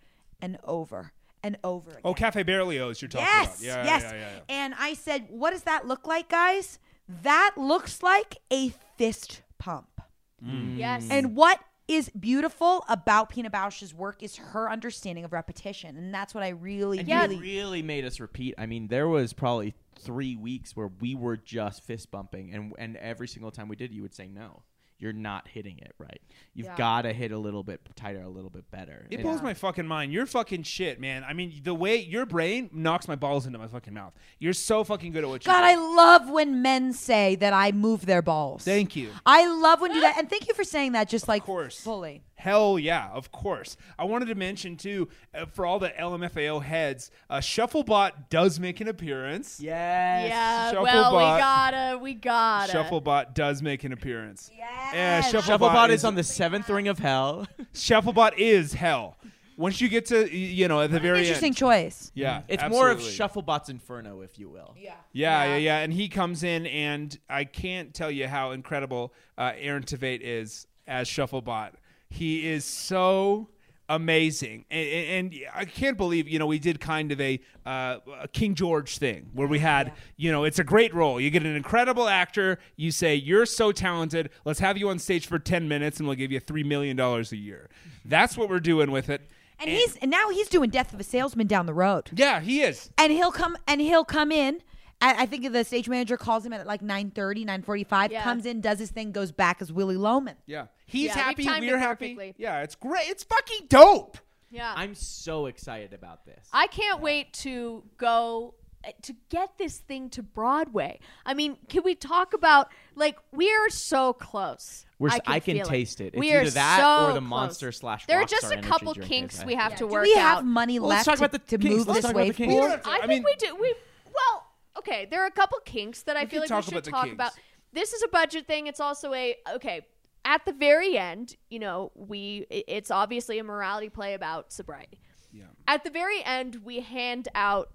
[SPEAKER 4] and over and over again.
[SPEAKER 5] Oh, Cafe Berlioz, you're talking
[SPEAKER 4] Yes,
[SPEAKER 5] about. Yeah,
[SPEAKER 4] yes.
[SPEAKER 5] yeah, yeah, yeah.
[SPEAKER 4] And I said, "What does that look like, guys? That looks like a fist pump."
[SPEAKER 1] Yes.
[SPEAKER 4] Mm. And what is beautiful about Pina Bausch's work is her understanding of repetition, and that's what I really,
[SPEAKER 6] And
[SPEAKER 1] Yeah.
[SPEAKER 6] you
[SPEAKER 4] really
[SPEAKER 6] really made us repeat. I mean, there was probably three weeks where we were just fist bumping, and and every single time we did, you would say no. You're not hitting it right. You've
[SPEAKER 1] Yeah.
[SPEAKER 6] got to hit a little bit tighter, a little bit better.
[SPEAKER 5] It
[SPEAKER 6] And-
[SPEAKER 5] blows my fucking mind. You're fucking shit, man. I mean, the way your brain knocks my balls into my fucking mouth. You're so fucking good at what you
[SPEAKER 4] God,
[SPEAKER 5] do.
[SPEAKER 4] I love when men say that I move their balls.
[SPEAKER 5] Thank you.
[SPEAKER 4] I love when you do that, and thank you for saying that. Just like
[SPEAKER 5] course.
[SPEAKER 4] fully.
[SPEAKER 5] Hell yeah, of course. I wanted to mention too, uh, for all the LMFAO heads, uh, Shufflebot does make an appearance.
[SPEAKER 6] yes.
[SPEAKER 1] yeah.
[SPEAKER 5] Shufflebot.
[SPEAKER 1] Well, we gotta. We gotta.
[SPEAKER 5] Shufflebot does make an appearance. Yeah,
[SPEAKER 4] Yes.
[SPEAKER 5] Shufflebot,
[SPEAKER 6] Shufflebot is on the seventh ring of hell.
[SPEAKER 5] Shufflebot is hell. Once you get to y- you know at the very
[SPEAKER 4] Interesting
[SPEAKER 5] end.
[SPEAKER 4] choice.
[SPEAKER 5] Yeah,
[SPEAKER 6] It's
[SPEAKER 5] absolutely.
[SPEAKER 6] more of Shufflebot's inferno, if you will.
[SPEAKER 5] Yeah, yeah, yeah. And he comes in, and I can't tell you how incredible uh, Aaron Tveit is as Shufflebot. He is so amazing, and, and, and I can't believe you know we did kind of a, uh, a King George thing where we had you know it's a great role. You get an incredible actor. You say you're so talented. Let's have you on stage for ten minutes, and we'll give you three million dollars a year. That's what we're doing with it.
[SPEAKER 4] And he's and now he's doing Death of a Salesman down the road,
[SPEAKER 5] Yeah, he is.
[SPEAKER 4] and he'll come and he'll come in. At, I think the stage manager calls him at like 9.30, 9.45,
[SPEAKER 1] Yeah.
[SPEAKER 4] comes in, does his thing, goes back as Willie Loman.
[SPEAKER 5] Yeah, he's
[SPEAKER 1] Yeah, we've
[SPEAKER 5] happy.
[SPEAKER 1] timed it
[SPEAKER 5] We're happy.
[SPEAKER 1] perfectly.
[SPEAKER 5] Yeah, it's great. It's fucking dope.
[SPEAKER 1] Yeah.
[SPEAKER 6] I'm so excited about this.
[SPEAKER 1] I can't wait to go eh, to get this thing to Broadway. I mean, can we talk about like we're so close.
[SPEAKER 6] We're s-
[SPEAKER 1] I can,
[SPEAKER 6] I can
[SPEAKER 1] feel it.
[SPEAKER 6] taste it. It's
[SPEAKER 1] we are
[SPEAKER 6] either that or
[SPEAKER 1] so
[SPEAKER 6] the
[SPEAKER 1] close.
[SPEAKER 6] monster slash
[SPEAKER 1] There are
[SPEAKER 6] rockstar
[SPEAKER 1] just a
[SPEAKER 6] energy
[SPEAKER 1] couple
[SPEAKER 6] drink
[SPEAKER 1] kinks
[SPEAKER 6] I've
[SPEAKER 1] we
[SPEAKER 6] had.
[SPEAKER 1] have to
[SPEAKER 6] Do
[SPEAKER 1] work
[SPEAKER 4] we have
[SPEAKER 1] out.
[SPEAKER 4] money
[SPEAKER 6] Well,
[SPEAKER 4] left
[SPEAKER 6] let's talk
[SPEAKER 4] to,
[SPEAKER 6] about the
[SPEAKER 4] to
[SPEAKER 6] Kings.
[SPEAKER 4] move
[SPEAKER 6] Let's
[SPEAKER 4] this
[SPEAKER 6] talk about
[SPEAKER 4] way
[SPEAKER 6] the Kings.
[SPEAKER 4] forward?
[SPEAKER 5] to.
[SPEAKER 1] I,
[SPEAKER 5] I
[SPEAKER 1] think
[SPEAKER 5] mean-
[SPEAKER 1] we do. We well, okay. There are a couple kinks that I feel
[SPEAKER 5] can
[SPEAKER 1] like
[SPEAKER 5] talk
[SPEAKER 1] we should
[SPEAKER 5] about the
[SPEAKER 1] talk
[SPEAKER 5] kinks.
[SPEAKER 1] about. This is a budget thing. It's also a okay. At the very end, you know, we i- it's obviously a morality play about sobriety.
[SPEAKER 5] Yeah.
[SPEAKER 1] At the very end, we hand out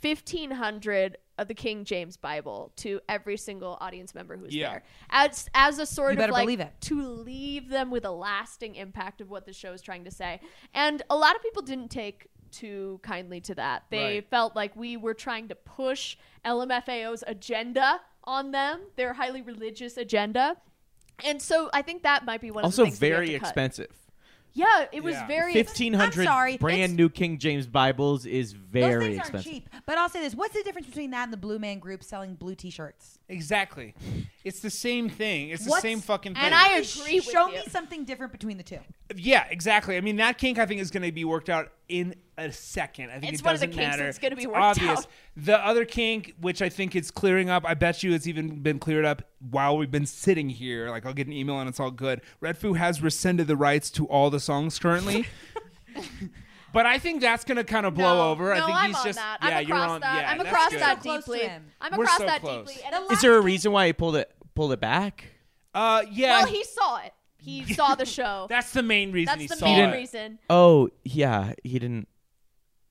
[SPEAKER 1] fifteen hundred of the King James Bible to every single audience member who's
[SPEAKER 5] Yeah.
[SPEAKER 1] there, as as a sort
[SPEAKER 4] You
[SPEAKER 1] of
[SPEAKER 4] better
[SPEAKER 1] like
[SPEAKER 4] believe it.
[SPEAKER 1] to leave them with a lasting impact of what the show is trying to say. And a lot of people didn't take too kindly to that. They
[SPEAKER 5] Right.
[SPEAKER 1] felt like we were trying to push LMFAO's agenda on them, their highly religious agenda. And so I think that might be one
[SPEAKER 6] also
[SPEAKER 1] of the things that we have
[SPEAKER 6] very
[SPEAKER 1] to cut.
[SPEAKER 6] expensive.
[SPEAKER 1] Yeah, it was
[SPEAKER 5] Yeah.
[SPEAKER 1] very
[SPEAKER 6] Fifteen
[SPEAKER 4] I'm
[SPEAKER 6] hundred
[SPEAKER 4] sorry, it's-
[SPEAKER 6] brand new King James Bibles is
[SPEAKER 4] Those
[SPEAKER 6] very
[SPEAKER 4] things
[SPEAKER 6] expensive.
[SPEAKER 4] aren't cheap. But I'll say this: What's the difference between that and the Blue Man Group selling blue T-shirts?
[SPEAKER 5] Exactly. It's the same thing. It's the
[SPEAKER 4] What's-
[SPEAKER 5] same fucking thing.
[SPEAKER 1] and I
[SPEAKER 4] Really
[SPEAKER 1] agree with
[SPEAKER 4] Show
[SPEAKER 1] you.
[SPEAKER 4] me something different between the two.
[SPEAKER 5] yeah, exactly. I mean, that kink I think is going to be worked out in a second. I think
[SPEAKER 1] It's
[SPEAKER 5] it
[SPEAKER 1] one of the
[SPEAKER 5] doesn't
[SPEAKER 1] kinks
[SPEAKER 5] matter.
[SPEAKER 1] that's gonna be
[SPEAKER 5] It's
[SPEAKER 1] worked
[SPEAKER 5] obvious.
[SPEAKER 1] out.
[SPEAKER 5] The other kink, which I think is clearing up, I bet you it's even been cleared up while we've been sitting here. Like I'll get an email and it's all good. Red Foo has rescinded the rights to all the songs currently. But I think that's going to kind of blow
[SPEAKER 1] no,
[SPEAKER 5] over.
[SPEAKER 1] No,
[SPEAKER 5] I think
[SPEAKER 1] am
[SPEAKER 5] he's
[SPEAKER 1] on
[SPEAKER 5] just
[SPEAKER 1] that.
[SPEAKER 5] yeah,
[SPEAKER 1] I'm
[SPEAKER 5] you're
[SPEAKER 1] across
[SPEAKER 5] on
[SPEAKER 1] that.
[SPEAKER 5] yeah,
[SPEAKER 1] I'm
[SPEAKER 5] that's
[SPEAKER 1] across
[SPEAKER 5] good.
[SPEAKER 1] that
[SPEAKER 4] Close to
[SPEAKER 1] deeply.
[SPEAKER 4] him.
[SPEAKER 1] I'm
[SPEAKER 5] We're
[SPEAKER 1] across
[SPEAKER 5] so
[SPEAKER 1] that
[SPEAKER 5] close.
[SPEAKER 1] deeply. And
[SPEAKER 6] Is there a reason why he pulled it pulled it back?
[SPEAKER 5] Uh yeah.
[SPEAKER 1] Well, he saw it. He saw the show.
[SPEAKER 5] that's the main reason he
[SPEAKER 1] That's the
[SPEAKER 5] saw
[SPEAKER 1] main
[SPEAKER 5] it.
[SPEAKER 1] reason.
[SPEAKER 6] Oh yeah, he didn't.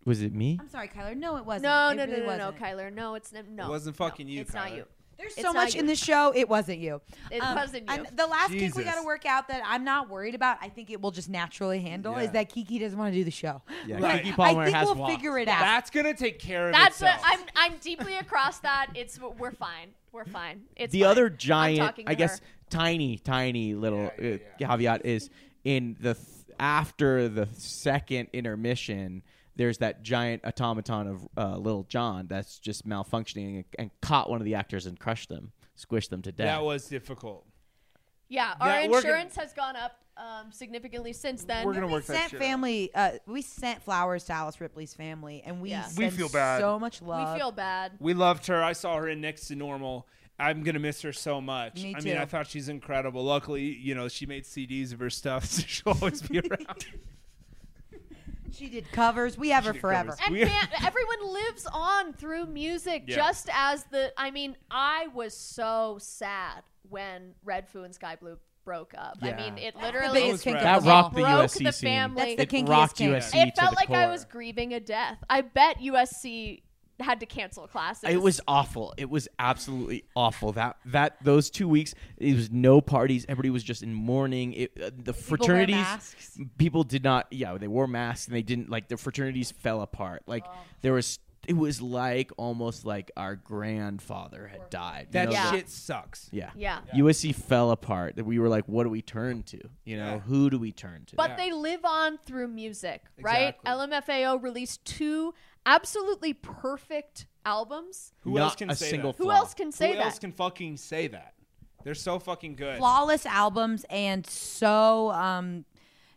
[SPEAKER 6] Was it me?
[SPEAKER 4] I'm sorry, Kyler. No, it wasn't.
[SPEAKER 1] No,
[SPEAKER 4] It
[SPEAKER 1] no,
[SPEAKER 4] really
[SPEAKER 1] no, no, no,
[SPEAKER 4] wasn't.
[SPEAKER 1] Kyler. No, it's n- no.
[SPEAKER 5] It wasn't
[SPEAKER 1] no,
[SPEAKER 5] fucking you,
[SPEAKER 1] It's not
[SPEAKER 5] Kyler.
[SPEAKER 1] you.
[SPEAKER 4] There's
[SPEAKER 1] It's
[SPEAKER 4] so
[SPEAKER 1] not
[SPEAKER 4] much
[SPEAKER 1] you.
[SPEAKER 4] in the show. It wasn't you.
[SPEAKER 1] It wasn't you.
[SPEAKER 4] Um, and the last kink we
[SPEAKER 5] Jesus.
[SPEAKER 4] got to work out that I'm not worried about. I think it will just naturally handle
[SPEAKER 5] Yeah.
[SPEAKER 4] is that Kiki doesn't want to do the show.
[SPEAKER 6] Yeah,
[SPEAKER 5] Right.
[SPEAKER 6] Kiki Palmer
[SPEAKER 4] I think
[SPEAKER 6] has
[SPEAKER 4] we'll
[SPEAKER 6] walked.
[SPEAKER 4] figure it out.
[SPEAKER 5] That's going to take care of
[SPEAKER 1] That's
[SPEAKER 5] itself.
[SPEAKER 1] what I'm. I'm deeply across that. It's we're fine. We're fine. It's
[SPEAKER 6] the
[SPEAKER 1] fine.
[SPEAKER 6] other
[SPEAKER 1] I'm
[SPEAKER 6] giant,
[SPEAKER 1] talking to
[SPEAKER 6] I guess,
[SPEAKER 1] her.
[SPEAKER 6] tiny, tiny little
[SPEAKER 5] yeah,
[SPEAKER 6] uh, caveat is in the th- after the second intermission. There's that giant automaton of uh, Little John that's just malfunctioning and, and caught one of the actors and crushed them, squished them to death.
[SPEAKER 5] That was difficult.
[SPEAKER 1] Yeah, our
[SPEAKER 5] Yeah, we're gonna-
[SPEAKER 1] insurance has gone up um, significantly since then.
[SPEAKER 5] We're gonna
[SPEAKER 4] we
[SPEAKER 5] work that
[SPEAKER 4] sent
[SPEAKER 5] shit
[SPEAKER 4] family. Uh, we sent flowers to Alice Ripley's family, and we
[SPEAKER 1] Yeah.
[SPEAKER 5] We
[SPEAKER 4] send
[SPEAKER 5] feel bad.
[SPEAKER 4] So much love.
[SPEAKER 1] we feel bad.
[SPEAKER 5] We loved her. I saw her in Next to Normal. I'm gonna miss her so much.
[SPEAKER 4] Me
[SPEAKER 5] I mean,
[SPEAKER 4] too.
[SPEAKER 5] I thought she's incredible. Luckily, you know, she made CDs of her stuff, so she'll always be around.
[SPEAKER 4] she did covers. We have her
[SPEAKER 5] did
[SPEAKER 4] forever.
[SPEAKER 5] covers.
[SPEAKER 1] And
[SPEAKER 5] We-
[SPEAKER 1] fan, everyone lives on through music,
[SPEAKER 5] Yeah.
[SPEAKER 1] just as the. I mean, I was so sad when Red Foo and Sky Blue broke up. I mean,
[SPEAKER 6] Yeah.
[SPEAKER 1] it literally
[SPEAKER 4] biggest kink of
[SPEAKER 6] that
[SPEAKER 4] them all.
[SPEAKER 6] rocked the
[SPEAKER 1] Broke
[SPEAKER 6] USC
[SPEAKER 1] the
[SPEAKER 6] scene.
[SPEAKER 1] family.
[SPEAKER 4] That's the
[SPEAKER 6] it
[SPEAKER 4] kinkiest
[SPEAKER 6] rocked
[SPEAKER 4] kink.
[SPEAKER 6] USC
[SPEAKER 1] it
[SPEAKER 6] to
[SPEAKER 1] felt
[SPEAKER 6] the
[SPEAKER 1] like I
[SPEAKER 6] core.
[SPEAKER 1] was grieving a death. I bet USC had to cancel classes.
[SPEAKER 6] It was awful. It was absolutely awful. That that those two weeks, it was no parties. Everybody was just in mourning. It, uh, the fraternities,
[SPEAKER 4] masks.
[SPEAKER 6] people did not. Yeah, they wore masks and they didn't like the fraternities fell apart. Like there was, it was like almost like our grandfather had died. you
[SPEAKER 5] That
[SPEAKER 6] know,
[SPEAKER 1] Yeah.
[SPEAKER 6] the-
[SPEAKER 5] shit sucks.
[SPEAKER 6] yeah.
[SPEAKER 1] Yeah.
[SPEAKER 6] USC fell apart. That we were like, what do we turn to? You know,
[SPEAKER 5] Yeah.
[SPEAKER 6] who do we turn to?
[SPEAKER 1] But they live on through music, right?
[SPEAKER 5] Exactly.
[SPEAKER 1] LMFAO released two absolutely perfect albums.
[SPEAKER 5] Who
[SPEAKER 6] Not
[SPEAKER 5] else can
[SPEAKER 6] a
[SPEAKER 5] say
[SPEAKER 6] single
[SPEAKER 5] that?
[SPEAKER 1] Who
[SPEAKER 6] flaw.
[SPEAKER 1] else can say
[SPEAKER 5] Who
[SPEAKER 1] that?
[SPEAKER 5] else can fucking say that? They're so fucking good.
[SPEAKER 4] Flawless albums and so um,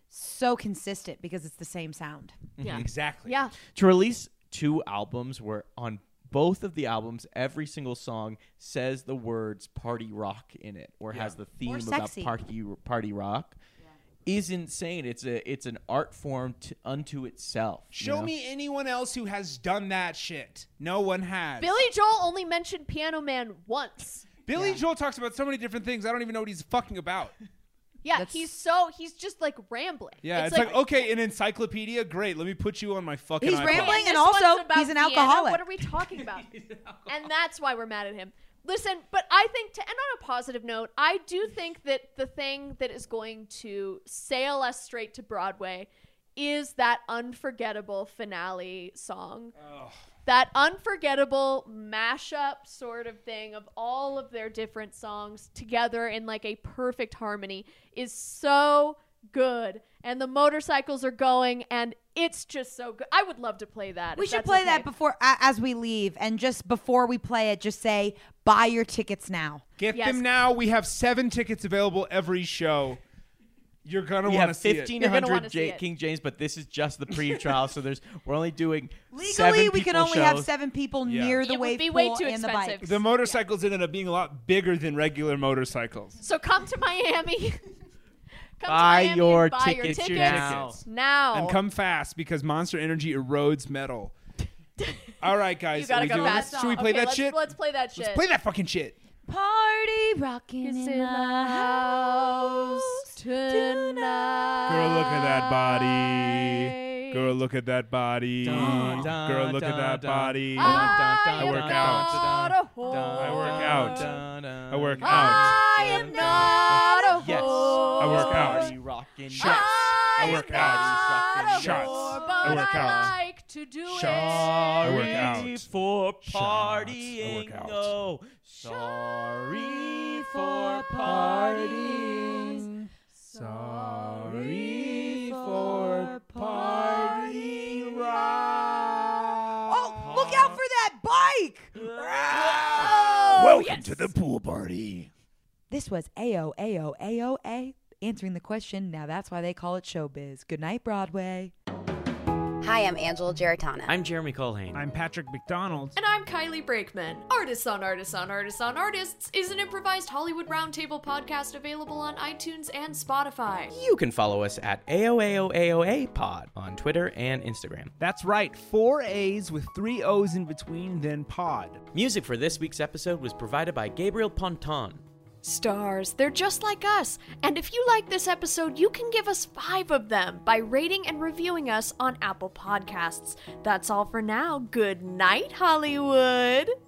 [SPEAKER 4] so consistent because it's the same sound.
[SPEAKER 1] yeah.
[SPEAKER 5] Exactly.
[SPEAKER 1] Yeah.
[SPEAKER 6] to release two albums where on both of the albums every single song says the words party rock in it or has the theme about
[SPEAKER 4] sexy.
[SPEAKER 6] party party rock is insane it's a it's an art form t unto itself you
[SPEAKER 5] Show
[SPEAKER 6] know?
[SPEAKER 5] me anyone else who has done that shit. No one has.
[SPEAKER 1] Billy Joel only mentioned Piano Man once.
[SPEAKER 5] Billy Joel talks about so many different things. I don't even know what he's fucking about.
[SPEAKER 1] Yeah,
[SPEAKER 4] That's-
[SPEAKER 1] he's so he's just like rambling.
[SPEAKER 5] Yeah, it's, like, okay, an encyclopedia. Great. Let me put you on my fucking.
[SPEAKER 4] He's
[SPEAKER 5] iPod.
[SPEAKER 4] rambling.
[SPEAKER 1] "Man,
[SPEAKER 4] and
[SPEAKER 1] this one's
[SPEAKER 4] also,
[SPEAKER 1] about
[SPEAKER 4] he's an
[SPEAKER 1] Vienna?
[SPEAKER 4] alcoholic."
[SPEAKER 1] What are we talking about? and that's why we're mad at him. Listen, but I think to end on a positive note, I do think that the thing that is going to sail us straight to Broadway is that unforgettable finale song. That unforgettable mashup sort of thing of all of their different songs together in like a perfect harmony is so good. And the motorcycles are going and it's just so good. I would love to play that.
[SPEAKER 4] We
[SPEAKER 1] if
[SPEAKER 4] should
[SPEAKER 1] that's
[SPEAKER 4] play
[SPEAKER 1] okay.
[SPEAKER 4] that before a- as we leave, and just before we play it, just say buy your tickets now.
[SPEAKER 5] Get
[SPEAKER 1] Yes.
[SPEAKER 5] them now. We have seven tickets available every show. You're gonna
[SPEAKER 6] we
[SPEAKER 5] want to
[SPEAKER 6] have
[SPEAKER 5] see it.
[SPEAKER 6] fifteen
[SPEAKER 1] You're gonna wanna
[SPEAKER 6] hundred
[SPEAKER 1] see it.
[SPEAKER 6] King James, but this is just the pre-trial, so there's we're only doing
[SPEAKER 4] Legally,
[SPEAKER 6] seven
[SPEAKER 4] we can
[SPEAKER 6] people
[SPEAKER 4] only have
[SPEAKER 6] shows.
[SPEAKER 4] seven people
[SPEAKER 5] Yeah.
[SPEAKER 4] near
[SPEAKER 1] It
[SPEAKER 4] the
[SPEAKER 1] would
[SPEAKER 4] wave
[SPEAKER 1] be
[SPEAKER 4] pool
[SPEAKER 1] way too
[SPEAKER 4] and the
[SPEAKER 1] expensive.
[SPEAKER 4] bike.
[SPEAKER 5] The motorcycles ended up being a lot bigger than regular motorcycles.
[SPEAKER 1] So come to Miami. come
[SPEAKER 6] Buy
[SPEAKER 1] to Miami
[SPEAKER 6] your
[SPEAKER 1] and buy your
[SPEAKER 6] tickets
[SPEAKER 1] tickets
[SPEAKER 6] now.
[SPEAKER 1] now.
[SPEAKER 5] And come fast because Monster Energy erodes metal. All right, guys.
[SPEAKER 1] you gotta
[SPEAKER 5] are we
[SPEAKER 1] go
[SPEAKER 5] doing
[SPEAKER 1] fast.
[SPEAKER 5] this? Should we play
[SPEAKER 1] Okay,
[SPEAKER 5] that
[SPEAKER 1] let's,
[SPEAKER 5] shit?
[SPEAKER 1] Let's play that shit.
[SPEAKER 5] Let's play that fucking shit.
[SPEAKER 4] Party rocking
[SPEAKER 1] It's
[SPEAKER 4] in the house
[SPEAKER 1] tonight.
[SPEAKER 5] Girl, look at that body. Girl, look at that body.
[SPEAKER 6] Dun, dun,
[SPEAKER 5] Girl, look at
[SPEAKER 6] dun,
[SPEAKER 5] that
[SPEAKER 6] dun.
[SPEAKER 5] body.
[SPEAKER 1] Ah.
[SPEAKER 5] I work
[SPEAKER 1] out.
[SPEAKER 5] I work out. I work out.
[SPEAKER 1] I am not a whore.
[SPEAKER 6] Yes.
[SPEAKER 5] I work out.
[SPEAKER 6] Rocking
[SPEAKER 5] Shots. I work out.
[SPEAKER 1] Not a
[SPEAKER 5] Shots.
[SPEAKER 1] whore,
[SPEAKER 5] I
[SPEAKER 1] but
[SPEAKER 5] work
[SPEAKER 1] I
[SPEAKER 5] out.
[SPEAKER 1] like
[SPEAKER 4] to do
[SPEAKER 8] I work
[SPEAKER 4] it.
[SPEAKER 8] out.
[SPEAKER 5] for
[SPEAKER 8] Shots. I work out.
[SPEAKER 5] Oh, sorry for partying. Sorry for partying.
[SPEAKER 4] Oh, look out for that bike!
[SPEAKER 8] Welcome to the pool party.
[SPEAKER 4] This was AO, AO, AOA answering the question. Now that's why they call it showbiz. Good night, Broadway.
[SPEAKER 9] Hi, I'm Angela Geritana.
[SPEAKER 6] I'm Jeremy Colhane.
[SPEAKER 10] I'm Patrick McDonald.
[SPEAKER 1] And I'm Kylie Brakeman. Artists on Artists on Artists on Artists is an improvised Hollywood roundtable podcast available on iTunes and Spotify.
[SPEAKER 6] You can follow us at AOAOAOA Pod on Twitter and Instagram.
[SPEAKER 10] That's right, four A's with three O's in between, then pod.
[SPEAKER 6] Music for this week's episode was provided by Gabriel Ponton.
[SPEAKER 1] Stars, they're just like us. And if you like this episode, you can give us five of them by rating and reviewing us on Apple Podcasts. That's all for now. Good night, Hollywood.